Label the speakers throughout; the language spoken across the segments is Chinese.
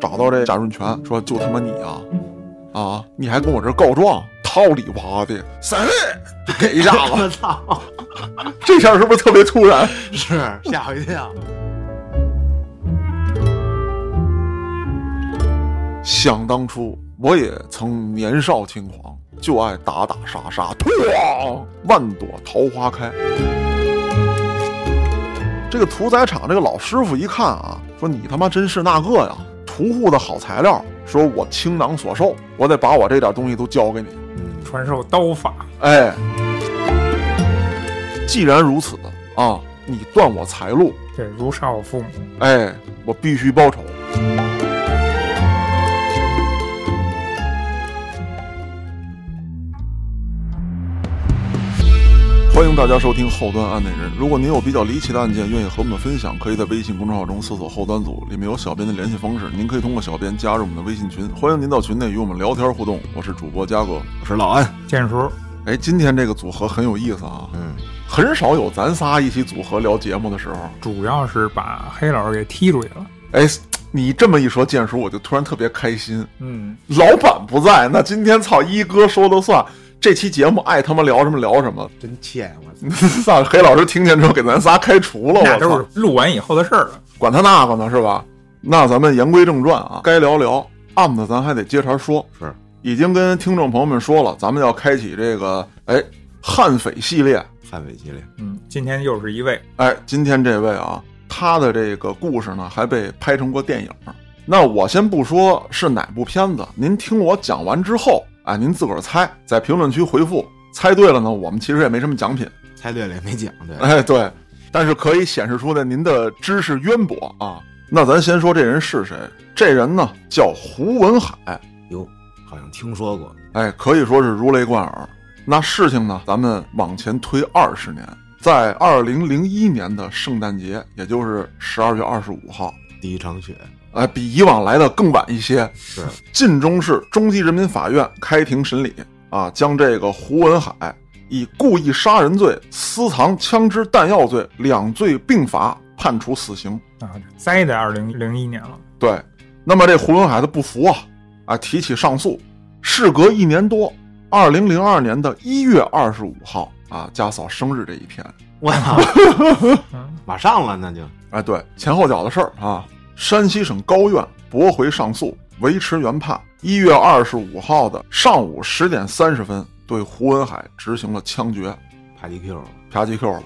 Speaker 1: 找到这贾润全，说就他妈你啊，啊，你还跟我这儿告状，套里娃的，三位就给一下子，
Speaker 2: 我操，
Speaker 1: 这下是不是特别突然？
Speaker 2: 是吓我一跳。
Speaker 1: 想当初，我也曾年少轻狂，就爱打打杀杀，咣，万朵桃花开。这个屠宰场这个老师傅一看啊，说你他妈真是那个呀，屠户的好材料，说我倾囊所授，我得把我这点东西都交给你。
Speaker 3: 传授刀法，
Speaker 1: 哎，既然如此啊，你断我财路，
Speaker 3: 对，如杀我父母，
Speaker 1: 哎，我必须报仇。欢迎大家收听《后端案内人》。如果您有比较离奇的案件，愿意和我们分享，可以在微信公众号中搜索“后端组”，里面有小编的联系方式，您可以通过小编加入我们的微信群。欢迎您到群内与我们聊天互动。我是主播嘉哥，我是老安。
Speaker 3: 剑叔，
Speaker 1: 哎，今天这个组合很有意思啊，
Speaker 2: 嗯，
Speaker 1: 很少有咱仨一起组合聊节目的时候。
Speaker 3: 主要是把黑老师给踢出去了。
Speaker 1: 哎，你这么一说剑叔，我就突然特别开心。
Speaker 3: 嗯，
Speaker 1: 老板不在，那今天操一哥说了算。这期节目爱他妈聊什么聊什么，
Speaker 2: 真欠我操！
Speaker 1: 操！黑老师听见之后给咱仨开除了，
Speaker 3: 那
Speaker 1: 哦我
Speaker 3: 都
Speaker 1: 操！
Speaker 3: 是录完以后的事儿了。
Speaker 1: 管他那个呢是吧？那咱们言归正传啊，该聊聊案子，咱还得接茬说。
Speaker 2: 是，
Speaker 1: 已经跟听众朋友们说了，咱们要开启这个哎悍匪系列。
Speaker 2: 悍匪系列，
Speaker 3: 嗯，今天又是一位，
Speaker 1: 哎，今天这位啊，他的这个故事呢，还被拍成过电影。那我先不说是哪部片子，您听我讲完之后，哎，您自个儿猜，在评论区回复，猜对了呢，我们其实也没什么奖品。
Speaker 2: 猜对了也没讲对，
Speaker 1: 哎，对，但是可以显示出呢您的知识渊博啊。那咱先说这人是谁，这人呢叫胡文海，
Speaker 2: 哟，好像听说过，
Speaker 1: 哎，可以说是如雷贯耳。那事情呢，咱们往前推二十年，在二零零一年的圣诞节，也就是十二月二十五号，
Speaker 2: 第一场雪
Speaker 1: 哎，比以往来的更晚一些。
Speaker 2: 是
Speaker 1: 晋中市中级人民法院开庭审理啊，将这个胡文海以故意杀人罪、私藏枪支弹药罪两罪并罚，判处死刑。
Speaker 3: 啊，栽在二零零一年了。
Speaker 1: 对，那么这胡文海他不服啊，啊，提起上诉。事隔一年多，二零零二年的一月二十五号啊，家嫂生日这一天，
Speaker 2: 我操，
Speaker 3: 嗯，
Speaker 2: 马上了那就
Speaker 1: 哎，对，前后脚的事儿啊。山西省高院驳回上诉，维持原判。一月二十五号的上午十点三十分，对胡文海执行了枪决，
Speaker 2: 帕迪 Q
Speaker 1: 啪叽 Q 了。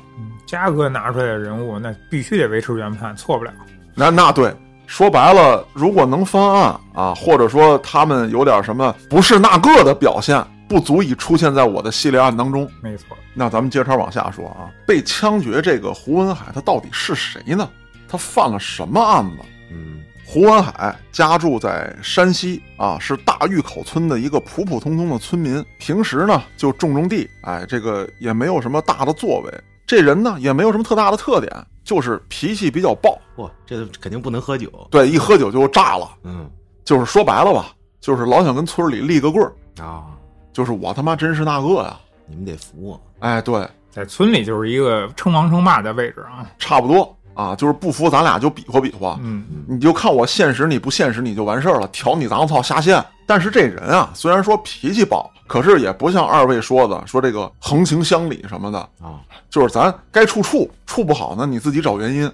Speaker 3: 嘉哥拿出来的人物，那必须得维持原判，错不了。
Speaker 1: 那那对，说白了，如果能翻案啊，或者说他们有点什么不是那个的表现，不足以出现在我的系列案当中，
Speaker 3: 没错，
Speaker 1: 那咱们接茬往下说啊。被枪决这个胡文海，他到底是谁呢？他犯了什么案子？
Speaker 2: 嗯，
Speaker 1: 胡文海家住在山西啊，是大峪口村的一个普普通通的村民。平时呢就种种地，哎，这个也没有什么大的作为。这人呢也没有什么特大的特点，就是脾气比较暴，
Speaker 2: 嚯，这肯定不能喝酒，
Speaker 1: 对，一喝酒就炸了。
Speaker 2: 嗯
Speaker 1: 就是说白了吧，就是老想跟村里立个棍儿，
Speaker 2: 啊，
Speaker 1: 就是我他妈真是那个呀。
Speaker 2: 你们得服我，
Speaker 1: 哎，对，
Speaker 3: 在村里就是一个称王称霸的位置啊。
Speaker 1: 差不多啊，就是不服咱俩就比划比划。
Speaker 3: 嗯，
Speaker 1: 你就看我现实你不现实你就完事儿了，挑你杂操下线。但是这人啊，虽然说脾气暴，可是也不像二位说的说这个横行乡里什么的，
Speaker 2: 啊，
Speaker 1: 就是咱该处处处不好呢，你自己找原因。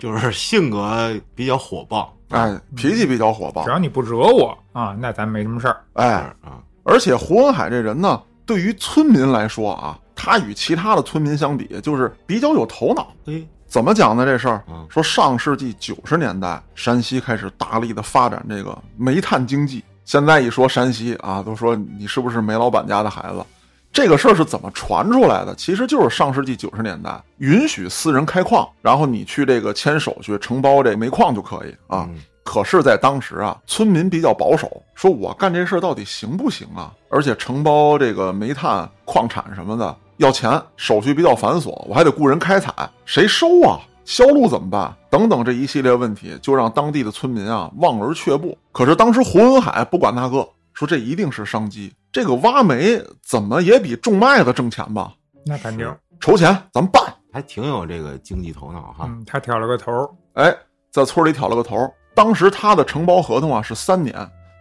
Speaker 2: 就是性格比较火爆，
Speaker 1: 哎，脾气比较火爆
Speaker 3: 只，要你不惹我啊，那咱没什么事儿。
Speaker 1: 哎，
Speaker 2: 是啊，
Speaker 1: 而且胡文海这人呢，对于村民来说啊，他与其他的村民相比，就是比较有头脑。
Speaker 2: 嘿，
Speaker 1: 怎么讲呢？这事儿
Speaker 2: 嗯
Speaker 1: 说，上世纪九十年代，山西开始大力的发展这个煤炭经济。现在一说山西啊，都说你是不是煤老板家的孩子？这个事儿是怎么传出来的？其实就是上世纪九十年代允许私人开矿，然后你去这个签手续承包这煤矿就可以啊。
Speaker 2: 嗯
Speaker 1: 可是，在当时啊，村民比较保守，说我干这事儿到底行不行啊？而且承包这个煤炭矿产什么的要钱，手续比较繁琐，我还得雇人开采，谁收啊？销路怎么办？等等这一系列问题，就让当地的村民啊望而却步。可是当时胡文海不管那个，说这一定是商机，这个挖煤怎么也比种麦子挣钱吧？
Speaker 3: 那肯定。
Speaker 1: 筹钱，咱们办。
Speaker 2: 还挺有这个经济头脑哈，
Speaker 3: 嗯，他挑了个头儿，
Speaker 1: 哎，在村里挑了个头儿。当时他的承包合同啊是三年，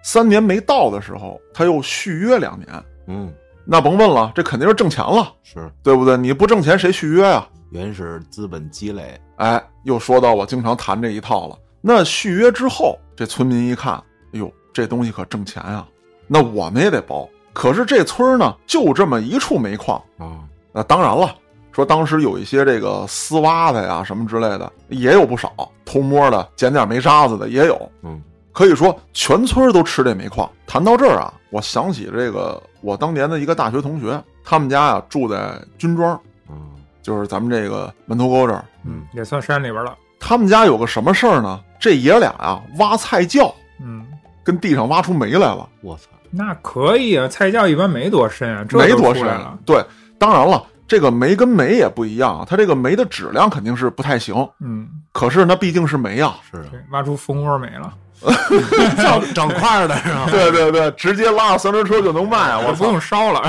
Speaker 1: 三年没到的时候，他又续约两年。
Speaker 2: 嗯，
Speaker 1: 那甭问了，这肯定是挣钱了，
Speaker 2: 是
Speaker 1: 对不对？你不挣钱谁续约呀、
Speaker 2: 原始资本积累，
Speaker 1: 哎，又说到我经常谈这一套了。那续约之后，这村民一看，哎呦，这东西可挣钱啊，那我们也得包。可是这村儿呢，就这么一处煤矿，
Speaker 2: 啊，
Speaker 1: 那当然了，说当时有一些这个丝挖的呀什么之类的，也有不少偷摸的捡点煤渣子的也有。
Speaker 2: 嗯，
Speaker 1: 可以说全村都吃这煤矿。谈到这儿啊，我想起这个我当年的一个大学同学，他们家啊住在军庄，
Speaker 2: 嗯，
Speaker 1: 就是咱们这个门头沟这儿。
Speaker 2: 嗯，
Speaker 3: 也算山里边了。
Speaker 1: 他们家有个什么事儿呢？这爷俩啊挖菜窖，
Speaker 3: 嗯，
Speaker 1: 跟地上挖出煤来了，
Speaker 2: 我操，
Speaker 3: 那可以啊，菜窖一般没多深啊，这
Speaker 1: 煤
Speaker 3: 都
Speaker 1: 多
Speaker 3: 出
Speaker 1: 深
Speaker 3: 来
Speaker 1: 啊
Speaker 3: 了。？
Speaker 1: 对，当然了，这个煤跟煤也不一样啊，它这个煤的质量肯定是不太行，
Speaker 3: 嗯，
Speaker 1: 可是那毕竟是煤啊。
Speaker 2: 是
Speaker 3: 对，挖出蜂窝煤了，
Speaker 2: 啊，整 整块儿的是吧？
Speaker 1: 对对对，直接拉着三轮车就能卖啊！我
Speaker 3: 不
Speaker 1: 操，
Speaker 3: 用烧了。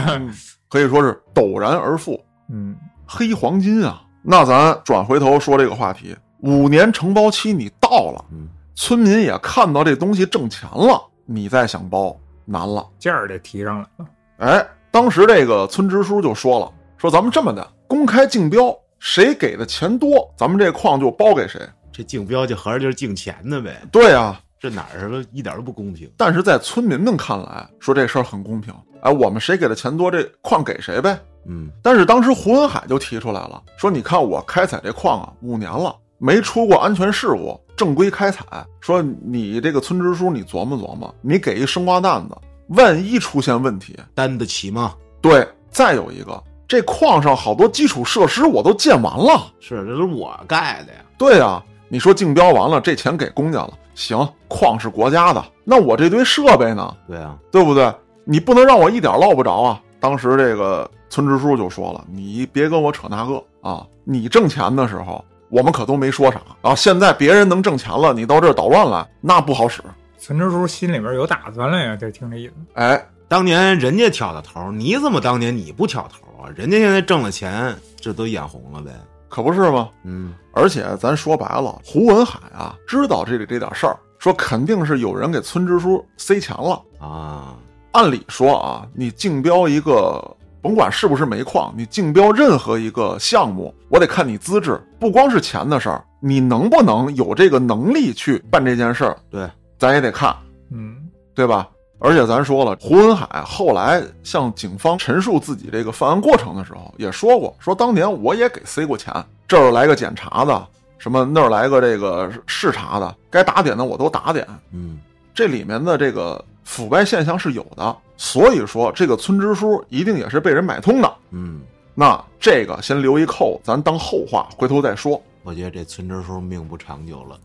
Speaker 1: 可以说是陡然而富，
Speaker 3: 嗯，
Speaker 1: 黑黄金啊！那咱转回头说这个话题，五年承包期你到了，
Speaker 2: 嗯，
Speaker 1: 村民也看到这东西挣钱了，你再想包难了。
Speaker 3: 价儿得提上来了。
Speaker 1: 哎，当时这个村支书就说了，说咱们这么的，公开竞标，谁给的钱多，咱们这矿就包给谁。
Speaker 2: 这竞标就合着就是竞钱的呗，
Speaker 1: 对啊，
Speaker 2: 这哪儿是一点儿都不公平？
Speaker 1: 但是在村民们看来，说这事儿很公平。哎，我们谁给的钱多，这矿给谁呗。
Speaker 2: 嗯，
Speaker 1: 但是当时胡文海就提出来了，说你看我开采这矿啊，五年了没出过安全事故，正规开采。说你这个村支书，你琢磨琢磨，你给一生瓜蛋子，万一出现问题，
Speaker 2: 担得起吗？
Speaker 1: 对，再有一个，这矿上好多基础设施我都建完了。
Speaker 2: 是，这都是我盖的呀。
Speaker 1: 对啊，你说竞标完了，这钱给公家了，行，矿是国家的，那我这堆设备呢？
Speaker 2: 对啊，
Speaker 1: 对不对？你不能让我一点落不着啊！当时这个村支书就说了：“你别跟我扯那个啊！你挣钱的时候，我们可都没说啥啊。现在别人能挣钱了，你到这儿捣乱来，那不好使。
Speaker 3: 存支书心里边有打算了呀，这听这意思。
Speaker 1: 哎，
Speaker 2: 当年人家挑的头儿，你怎么当年你不挑头儿啊？人家现在挣了钱，这都眼红了呗。
Speaker 1: 可不是吗？
Speaker 2: 嗯，
Speaker 1: 而且咱说白了，胡文海啊，知道这里这点事儿，说肯定是有人给村支书塞钱了。
Speaker 2: 啊，
Speaker 1: 按理说啊，你竞标一个，甭管是不是煤矿，你竞标任何一个项目，我得看你资质，不光是钱的事儿，你能不能有这个能力去办这件事儿，
Speaker 2: 对，
Speaker 1: 咱也得看，
Speaker 3: 嗯，
Speaker 1: 对吧？而且咱说了，胡文海后来向警方陈述自己这个犯案过程的时候，也说过，说当年我也给塞过钱，这儿来个检查的，什么那儿来个这个视察的，该打点的我都打点，
Speaker 2: 嗯，
Speaker 1: 这里面的这个腐败现象是有的，所以说这个村支书一定也是被人买通的。
Speaker 2: 嗯，
Speaker 1: 那这个先留一扣，咱当后话，回头再说。
Speaker 2: 我觉得这村支书命不长久了，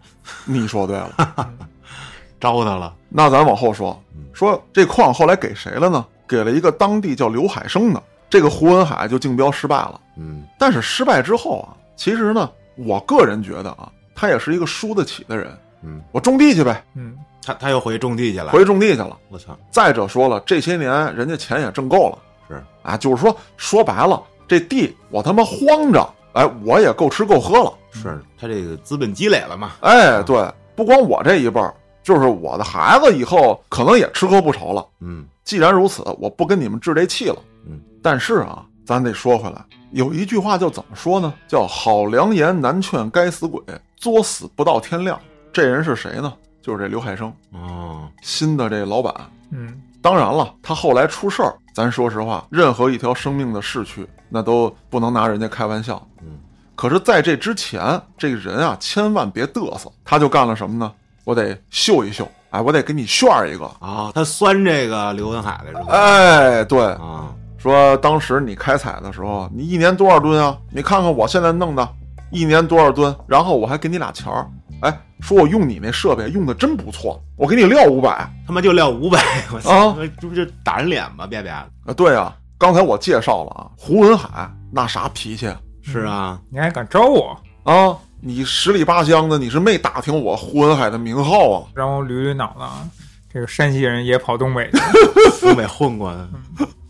Speaker 1: 你说对了，
Speaker 2: 招他了。
Speaker 1: 那咱往后说
Speaker 2: 嗯，
Speaker 1: 说这矿后来给谁了呢？给了一个当地叫刘海生的，这个胡文海就竞标失败了。
Speaker 2: 嗯，
Speaker 1: 但是失败之后啊，其实呢，我个人觉得啊，他也是一个输得起的人。
Speaker 2: 嗯，
Speaker 1: 我种地去呗，
Speaker 3: 嗯，
Speaker 2: 他他又回种地去了。
Speaker 1: 回种地去了。
Speaker 2: 我操，
Speaker 1: 再者说了，这些年人家钱也挣够了。
Speaker 2: 是
Speaker 1: 啊，就是说说白了，这地我他妈荒着，哎，我也够吃够喝了，
Speaker 2: 是，他这个资本积累了嘛？
Speaker 1: 哎，对，不光我这一辈儿，就是我的孩子以后可能也吃喝不愁了。
Speaker 2: 嗯，
Speaker 1: 既然如此，我不跟你们置这气了。
Speaker 2: 嗯，
Speaker 1: 但是啊，咱得说回来，有一句话叫怎么说呢？叫好良言难劝该死鬼，作死不到天亮。这人是谁呢？就是这刘海生，
Speaker 2: 哦，
Speaker 1: 新的这老板。
Speaker 3: 嗯，
Speaker 1: 当然了，他后来出事儿，咱说实话，任何一条生命的逝去，那都不能拿人家开玩笑。
Speaker 2: 嗯，
Speaker 1: 可是在这之前，这个人啊，千万别嘚瑟。他就干了什么呢？我得秀一秀，哎，我得给你炫一个。
Speaker 2: 啊，他酸这个刘文海来是吧？
Speaker 1: 哎，对，
Speaker 2: 啊，
Speaker 1: 说当时你开采的时候，你一年多少吨啊？你看看我现在弄的，一年多少吨？然后我还给你俩钱儿，哎，说我用你那设备用的真不错，我给你撂五百。
Speaker 2: 他妈就撂五百，我
Speaker 1: 啊
Speaker 2: 操，这不就打人脸吗？别别，
Speaker 1: 啊，对啊，刚才我介绍了啊，胡文海那啥脾气啊
Speaker 2: 是啊，
Speaker 3: 你还敢招我，
Speaker 1: 啊，你十里八乡的，你是没打听我胡文海的名号啊？
Speaker 3: 让我捋捋脑子啊。这个山西人也跑东北去，
Speaker 2: 东北混过的，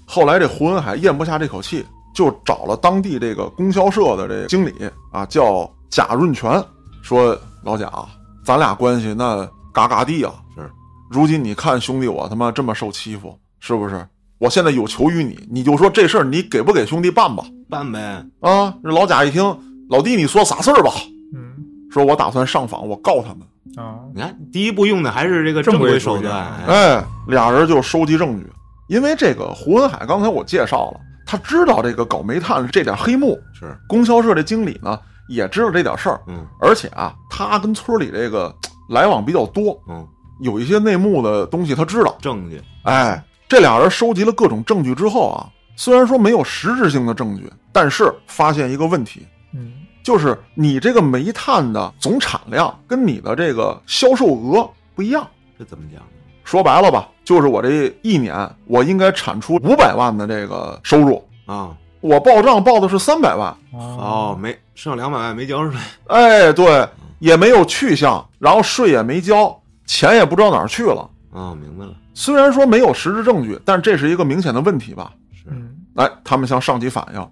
Speaker 1: 后来这胡文海咽不下这口气，就找了当地这个供销社的这个经理啊，叫贾润全，说老贾啊，咱俩关系那嘎嘎地啊！
Speaker 2: 是，
Speaker 1: 如今你看兄弟我他妈这么受欺负，是不是？我现在有求于你，你就说这事儿你给不给兄弟办吧？
Speaker 2: 办呗，
Speaker 1: 啊！这老贾一听，老弟你说啥事儿吧？
Speaker 3: 嗯
Speaker 1: 说我打算上访，我告他们。
Speaker 3: 啊，
Speaker 2: 你看第一步用的还是这个
Speaker 3: 正规
Speaker 2: 规
Speaker 3: 手
Speaker 2: 手段，
Speaker 3: 段
Speaker 2: 哎
Speaker 1: 哎，俩人就收集证据，因为这个胡文海刚才我介绍了，他知道这个搞煤炭这点黑幕，
Speaker 2: 是，
Speaker 1: 供销社这经理呢也知道这点事儿，
Speaker 2: 嗯
Speaker 1: 而且啊，他跟村里这个来往比较多，
Speaker 2: 嗯，
Speaker 1: 有一些内幕的东西他知道。
Speaker 2: 证据
Speaker 1: 哎，这俩人收集了各种证据之后啊，虽然说没有实质性的证据，但是发现一个问题，
Speaker 3: 嗯
Speaker 1: 就是你这个煤炭的总产量跟你的这个销售额不一样。
Speaker 2: 这怎么讲呢？
Speaker 1: 说白了吧，就是我这一年我应该产出五百万的这个收入，
Speaker 2: 啊
Speaker 1: 我报账报的是三百万，
Speaker 2: 哦，，没剩两百万没交出来，
Speaker 1: 哎，对，也没有去向，然后税也没交，钱也不知道哪儿去了。
Speaker 2: 哦，明白了，
Speaker 1: 虽然说没有实质证据，但这是一个明显的问题吧？
Speaker 2: 是，
Speaker 3: 嗯
Speaker 1: 哎，他们向上级反映，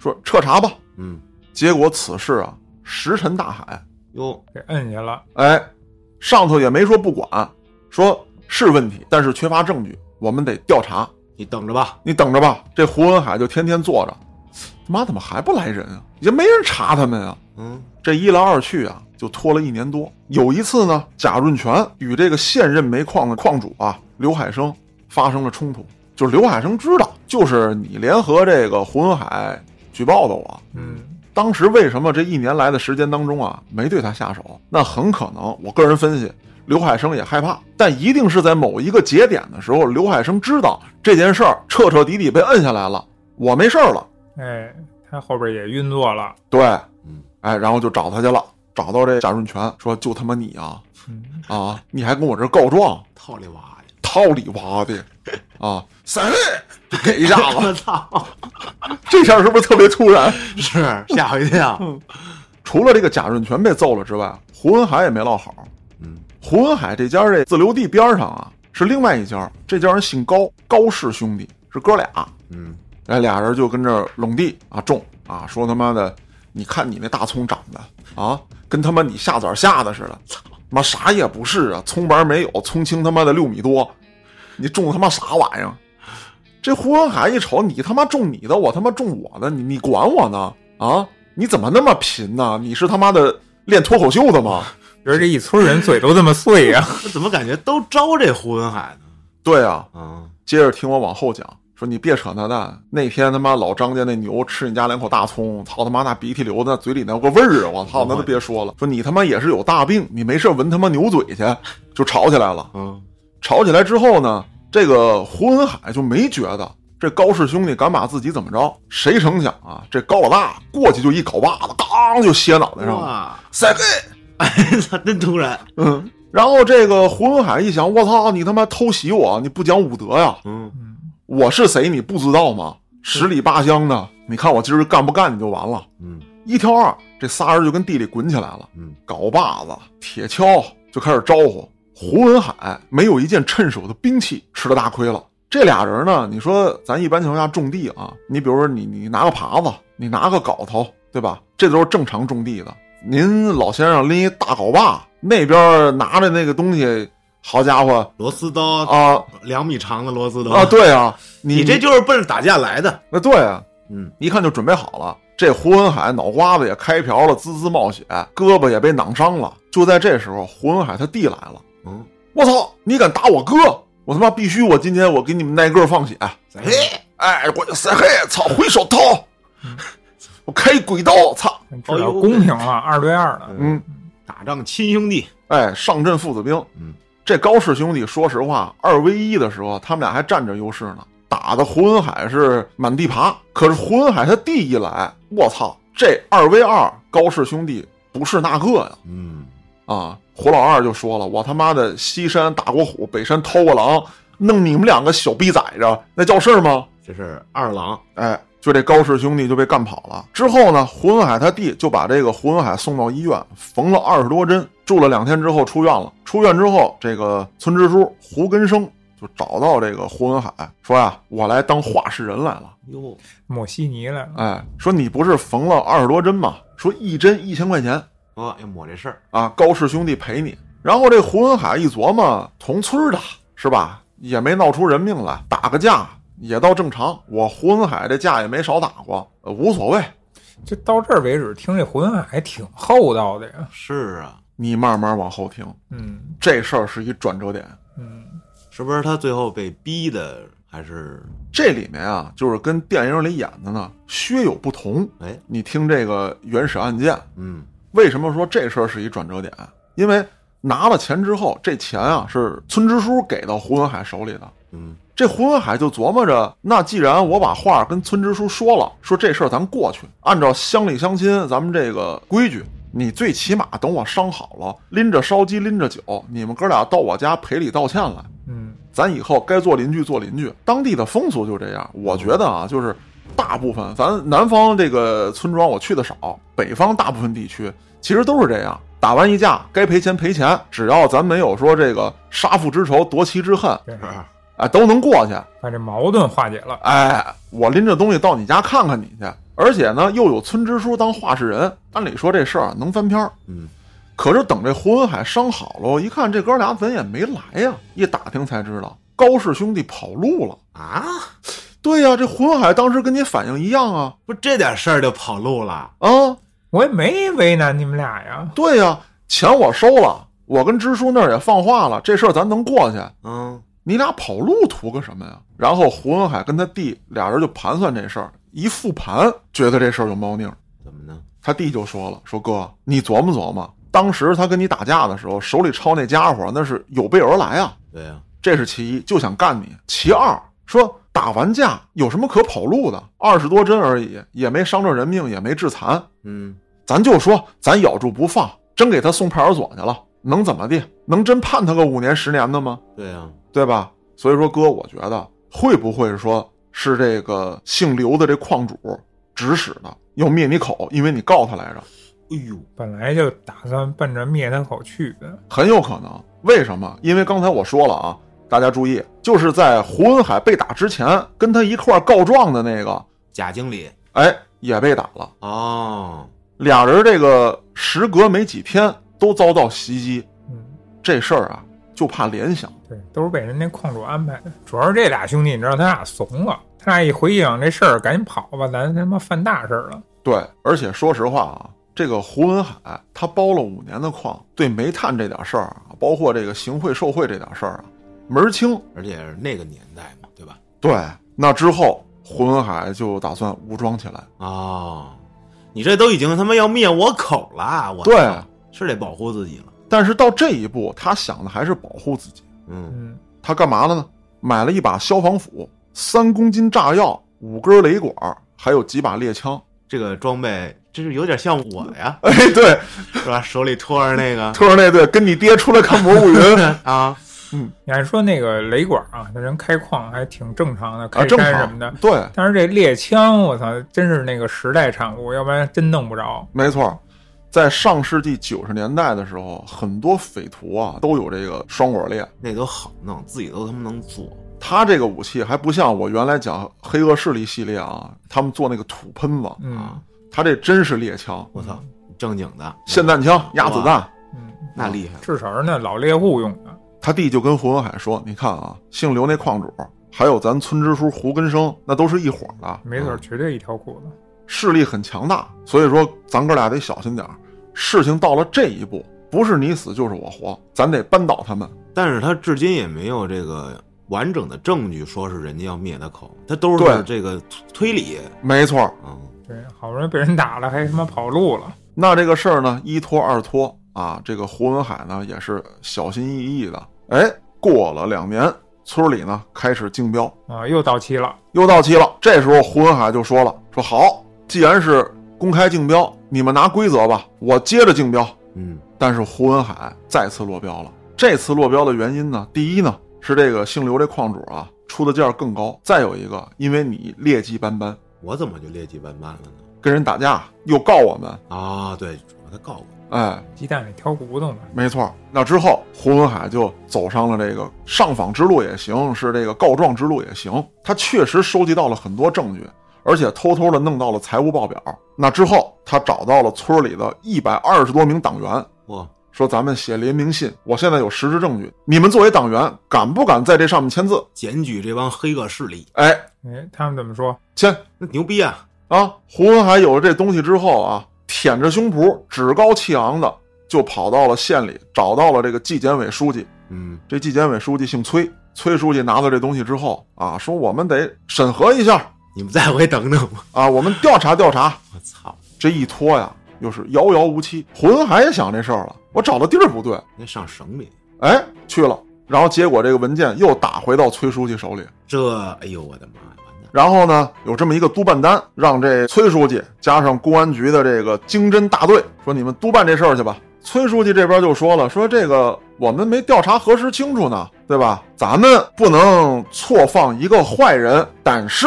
Speaker 1: 说彻查吧。
Speaker 2: 嗯，
Speaker 1: 结果此事啊，石沉大海。
Speaker 2: 哟，
Speaker 3: 给摁下了，
Speaker 1: 哎，上头也没说不管，说是问题，但是缺乏证据，我们得调查。
Speaker 2: 你等着吧，
Speaker 1: 你等着吧，这胡文海就天天坐着，他妈怎么还不来人啊？也没人查他们啊。
Speaker 2: 嗯，
Speaker 1: 这一来二去啊，就拖了一年多。有一次呢，贾润全与这个现任煤矿的矿主啊刘海生发生了冲突，就是刘海生知道，就是你联合这个胡文海举报的我。
Speaker 3: 嗯
Speaker 1: 当时为什么这一年来的时间当中啊，没对他下手？那很可能，我个人分析，刘海生也害怕，但一定是在某一个节点的时候，刘海生知道这件事儿彻彻底底被摁下来了，我没事儿了。
Speaker 3: 哎，他后边也运作了，
Speaker 1: 对，
Speaker 2: 嗯，
Speaker 1: 哎，然后就找他去了，找到这贾润全，说就他妈你啊
Speaker 3: 嗯
Speaker 1: 啊，你还跟我这儿告状，
Speaker 2: 套利娃 呀，
Speaker 1: 套里娃的啊，三位就给一下子，
Speaker 2: 我操，
Speaker 1: 这下是不是特别突然？
Speaker 2: 是吓我一跳，
Speaker 1: 除了这个贾润全被揍了之外，胡文海也没落好。
Speaker 2: 嗯，
Speaker 1: 胡文海这家这自留地边上啊，是另外一家，这家人姓高，高氏兄弟是哥俩，
Speaker 2: 嗯，
Speaker 1: 哎，俩人就跟这儿拢地啊种啊，说他妈的，你看你那大葱长得啊，跟他妈你下崽下的似的，操妈啥也不是啊，葱白没有，葱青他妈的六米多，你种他妈啥玩意儿？这胡文海一瞅，你他妈种你的，我他妈种我的，你你管我呢？啊，你怎么那么贫呢？你是他妈的练脱口秀的吗？
Speaker 3: 觉得这一村人嘴都这么碎呀，
Speaker 2: 我怎么感觉都招这胡文海呢？
Speaker 1: 对啊，
Speaker 2: 啊，
Speaker 1: 接着听我往后讲，说你别扯那蛋。那天他妈老张家那牛吃你家两口大葱，操他妈那鼻涕流的嘴里那有个味儿啊！我操，那都别说了。说你他妈也是有大病，你没事闻他妈牛嘴去，就吵起来了。
Speaker 2: 嗯，
Speaker 1: 吵起来之后呢，这个胡文海就没觉得这高氏兄弟敢把自己怎么着。谁成想啊，这高老大过去就一镐把子，当就歇脑袋上了，
Speaker 2: 哇，
Speaker 1: 塞嘿。
Speaker 2: 操，真突然，
Speaker 1: 嗯，然后这个胡文海一想，我操，你他妈偷袭我，你不讲武德呀！
Speaker 2: 嗯，
Speaker 3: 嗯
Speaker 1: 我是谁你不知道吗？十里八乡的，你看我今儿干不干你就完了。
Speaker 2: 嗯
Speaker 1: 一挑二，这仨人就跟地里滚起来了，
Speaker 2: 嗯，
Speaker 1: 镐把子、铁锹就开始招呼。胡文海没有一件趁手的兵器，吃了大亏了。这俩人呢，你说咱一般情况下种地啊，你比如说你你拿个耙子，你拿个镐头，对吧？这都是正常种地的。您老先生拎一大镐把，那边拿着那个东西，好家伙
Speaker 2: 螺丝刀，
Speaker 1: 啊
Speaker 2: 两米长的螺丝刀
Speaker 1: 啊，，对啊，你
Speaker 2: 你这就是奔着打架来的，
Speaker 1: 那对啊，
Speaker 2: 嗯，
Speaker 1: 一看就准备好了。这胡文海脑瓜子也开瓢了，滋滋冒血，胳膊也被攮伤了。就在这时候，胡文海他弟来了，
Speaker 2: 嗯，
Speaker 1: 我操，你敢打我哥？我他妈必须！我今天我给你们挨个放血！
Speaker 2: 咱嘿，
Speaker 1: 哎，我就塞嘿，操，回手掏，我开一鬼刀，操，，
Speaker 3: 至少公平了，二对二了，
Speaker 1: 嗯，
Speaker 2: 打仗亲兄弟，
Speaker 1: 哎，上阵父子兵。
Speaker 2: 嗯，
Speaker 1: 这高氏兄弟，说实话，二 v 一的时候，他们俩还占着优势呢，打的胡文海是满地爬。可是胡文海他弟一来，我操，这二 v 二高氏兄弟不是那个呀！
Speaker 2: 嗯，
Speaker 1: 啊，胡老二就说了，我他妈的西山打过虎，北山掏过狼，弄你们两个小逼崽子，那叫事儿吗？
Speaker 2: 这是二郎，
Speaker 1: 哎，就这高氏兄弟就被干跑了。之后呢，胡文海他弟就把这个胡文海送到医院，缝了二十多针，住了两天之后出院了。出院之后，这个村支书胡根生就找到这个胡文海，说呀、我来当话事人来了。
Speaker 2: 哟，
Speaker 3: 抹稀泥来了，
Speaker 1: 哎，说你不是缝了二十多针吗？说一针一千块钱
Speaker 2: 哦，要抹这事儿，
Speaker 1: 啊，高氏兄弟赔你。然后这胡文海一琢磨，同村儿的是吧，也没闹出人命来，打个架也倒正常。我胡文海这架也没少打过，呃无所谓。
Speaker 3: 这到这儿为止，听这浑海还挺厚道的呀。
Speaker 2: 是啊，
Speaker 1: 你慢慢往后听，
Speaker 3: 嗯
Speaker 1: 这事儿是一转折点。
Speaker 3: 嗯，
Speaker 2: 是不是他最后被逼的？还是
Speaker 1: 这里面啊，就是跟电影里演的呢略有不同。
Speaker 2: 哎，
Speaker 1: 你听这个原始案件，
Speaker 2: 嗯，
Speaker 1: 为什么说这事儿是一转折点？因为拿了钱之后，这钱啊是村支书给到胡文海手里的。
Speaker 2: 嗯，
Speaker 1: 这胡文海就琢磨着，那既然我把话跟村支书说了，说这事儿咱过去，按照乡里乡亲咱们这个规矩，你最起码等我伤好了，拎着烧鸡拎着酒，你们哥俩到我家赔礼道歉来。
Speaker 3: 嗯，
Speaker 1: 咱以后该做邻居做邻居，当地的风俗就这样。我觉得啊，就是大部分咱南方这个村庄我去的少，北方大部分地区其实都是这样。打完一架，该赔钱赔钱，只要咱没有说这个杀父之仇夺妻之恨，
Speaker 3: 对，
Speaker 1: 哎，都能过去。
Speaker 3: 把这矛盾化解了。
Speaker 1: 哎，我拎着东西到你家看看你去，而且呢，又有村支书当话事人，按理说这事儿啊能翻篇儿。
Speaker 2: 嗯，
Speaker 1: 可是等这胡文海伤好了，我一看这哥俩怎么也没来呀，一打听才知道高氏兄弟跑路了。
Speaker 2: 啊，
Speaker 1: 对呀、这胡文海当时跟你反应一样啊，
Speaker 2: 不这点事儿就跑路了，
Speaker 1: 啊，
Speaker 3: 我也没为难你们俩呀。
Speaker 1: 对呀、钱我收了，我跟支书那儿也放话了，这事儿咱能过去。
Speaker 2: 嗯，
Speaker 1: 你俩跑路图个什么呀？然后胡文海跟他弟俩人就盘算这事儿，一复盘觉得这事儿有猫腻儿。
Speaker 2: 怎么呢？
Speaker 1: 他弟就说了：“说哥，你琢磨琢磨，当时他跟你打架的时候，手里抄那家伙那是有备而来啊，
Speaker 2: 对呀、
Speaker 1: 这是其一，就想干你。其二，说打完架有什么可跑路的？二十多针而已，也没伤着人命，也没致残。
Speaker 2: 嗯，
Speaker 1: 咱就说咱咬住不放，真给他送派出所去了，能怎么地？能真判他个五年十年的吗？
Speaker 2: 对啊呀、
Speaker 1: 对吧？所以说，哥，我觉得会不会说是这个姓刘的这矿主指使的，要灭你口，因为你告他来着，
Speaker 2: 哎呦，
Speaker 3: 本来就打算奔着灭他口去的。
Speaker 1: 很有可能。为什么？因为刚才我说了啊，大家注意，就是在胡文海被打之前，跟他一块儿告状的那个，
Speaker 2: 贾经理
Speaker 1: 哎，也被打了。
Speaker 2: 哦，
Speaker 1: 俩人这个时隔没几天都遭到袭击，
Speaker 3: 嗯，
Speaker 1: 这事儿啊，就怕联想。
Speaker 3: 对，都是被人家矿主安排的。主要是这俩兄弟，你知道他俩怂了，他俩一回想这事儿，赶紧跑吧，咱他妈犯大事儿了。
Speaker 1: 对，而且说实话啊，这个胡文海他包了五年的矿，对煤炭这点事儿啊，包括这个行贿受贿这点事儿啊，门儿清。
Speaker 2: 而且是那个年代嘛，对吧？
Speaker 1: 对，那之后胡文海就打算武装起来。
Speaker 2: 哦，你这都已经他妈要灭我口了，我
Speaker 1: 对，
Speaker 2: 是得保护自己了。
Speaker 1: 但是到这一步，他想的还是保护自己。
Speaker 2: 嗯，
Speaker 3: 嗯，
Speaker 1: 他干嘛了呢？买了一把消防斧、三公斤炸药、五根雷管，还有几把猎枪。
Speaker 2: 这个装备真是有点像我呀，
Speaker 1: 哎，对，
Speaker 2: 是吧？手里托着 那个
Speaker 1: 特种那队跟你爹出来看蘑菇 云
Speaker 2: 啊，
Speaker 3: 你按说那个雷管啊，那人开矿还挺正常的，
Speaker 1: 啊，
Speaker 3: 开
Speaker 1: 正
Speaker 3: 山什么的
Speaker 1: 常。。对，
Speaker 3: 但是这猎枪，我操，真是那个时代产物，要不然真弄不着。
Speaker 1: 没错儿，在上世纪九十年代的时候，很多匪徒啊都有这个双管猎。
Speaker 2: 那都好弄，自己都他妈能做。
Speaker 1: 他这个武器还不像我原来讲黑恶势力系列啊，他们做那个土喷子，
Speaker 3: 嗯
Speaker 1: 他这真是猎枪、
Speaker 2: 啊我操，正经的
Speaker 1: 霰弹枪、压子弹。
Speaker 3: 嗯，
Speaker 2: 那厉害了。
Speaker 3: 至少是那老猎户用的。
Speaker 1: 他弟就跟胡文海说：“你看啊，姓刘那矿主，还有咱村支书胡根生，那都是一伙儿的，
Speaker 3: 没准儿绝对一条裤子。
Speaker 1: 势力很强大。所以说，咱哥俩得小心点儿。事情到了这一步，不是你死就是我活，咱得扳倒他们。
Speaker 2: 但是他至今也没有这个完整的证据，说是人家要灭他口，他都
Speaker 1: 对
Speaker 2: 是这个推理。
Speaker 1: 没错儿，
Speaker 2: 嗯，
Speaker 3: 对，好不容易被人打了，还他妈跑路了。
Speaker 1: 那这个事儿呢，一拖二拖啊，这个胡文海呢也是小心翼翼的。哎，过了两年，村里呢开始竞标，
Speaker 3: 啊，又到期了。
Speaker 1: 又到期了。这时候胡文海就说了：“说好，既然是公开竞标，你们拿规则吧，我接着竞标。”
Speaker 2: 嗯，
Speaker 1: 但是胡文海再次落标了。这次落标的原因呢，第一呢是这个姓刘这矿主啊出的价更高，再有一个因为你劣迹斑斑，
Speaker 2: 我怎么就劣迹斑斑了呢？
Speaker 1: 跟人打架又告我们，
Speaker 2: 啊，对，主要他告我。
Speaker 1: 哎，
Speaker 3: 鸡蛋里挑骨头嘛。
Speaker 1: 没错，那之后胡文海就走上了这个上访之路也行，是这个告状之路也行。他确实收集到了很多证据，而且偷偷的弄到了财务报表。那之后，他找到了村里的一百二十多名党员，
Speaker 2: 哇，
Speaker 1: 说咱们写联名信，我现在有实质证据，你们作为党员敢不敢在这上面签字？
Speaker 2: 检举这帮黑恶势力，
Speaker 1: 哎，
Speaker 3: 哎，他们怎么说？
Speaker 1: 签
Speaker 2: 那牛逼啊！
Speaker 1: 啊！胡文海有了这东西之后啊，舔着胸脯，趾高气昂的就跑到了县里，找到了这个纪检委书记。
Speaker 2: 嗯，
Speaker 1: 这纪检委书记姓崔，崔书记拿到这东西之后啊，说我们得审核一下
Speaker 2: 你们再回等等吧。
Speaker 1: 啊，我们调查调查。
Speaker 2: 我操，
Speaker 1: 这一拖呀，又是遥遥无期。胡文海也想这事儿了，我找的地儿不对，
Speaker 2: 那上省里，
Speaker 1: 哎，去了，然后结果这个文件又打回到崔书记手里。
Speaker 2: 这哎呦我的妈呀，完蛋！
Speaker 1: 然后呢，有这么一个督办单，让这崔书记加上公安局的这个经侦大队，说你们督办这事儿去吧。崔书记这边就说了，说这个我们没调查核实清楚呢，对吧？咱们不能错放一个坏人，但是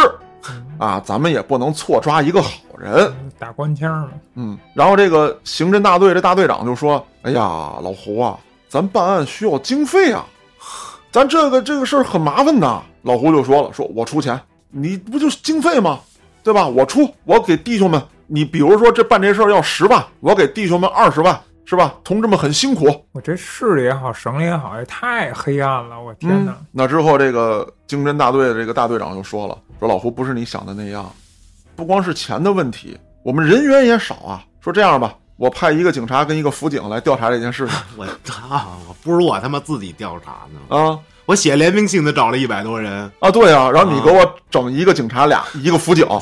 Speaker 1: 啊，咱们也不能错抓一个好人。
Speaker 3: 嗯打官腔嘛，
Speaker 1: 嗯，然后这个刑侦大队这大队长就说：“哎呀，老胡啊，咱办案需要经费啊，咱这个这个事儿很麻烦呐。”老胡就说了：“说我出钱，你不就是经费吗？对吧？我出，我给弟兄们，你比如说这办这事儿要十万，我给弟兄们二十万，是吧？同志们很辛苦，
Speaker 3: 我这市里也好，省里也好，也太黑暗了，我天哪！
Speaker 1: 嗯，那之后，这个经侦大队的这个大队长就说了：“说老胡不是你想的那样，不光是钱的问题，我们人员也少啊。说这样吧，我派一个警察跟一个辅警来调查这件 事情
Speaker 2: 我操，我不如我他妈自己调查呢。
Speaker 1: 啊
Speaker 2: 我写联名信都找了一百多人，
Speaker 1: 啊，对啊，然后你给我整一个警察俩一个辅警
Speaker 2: 操，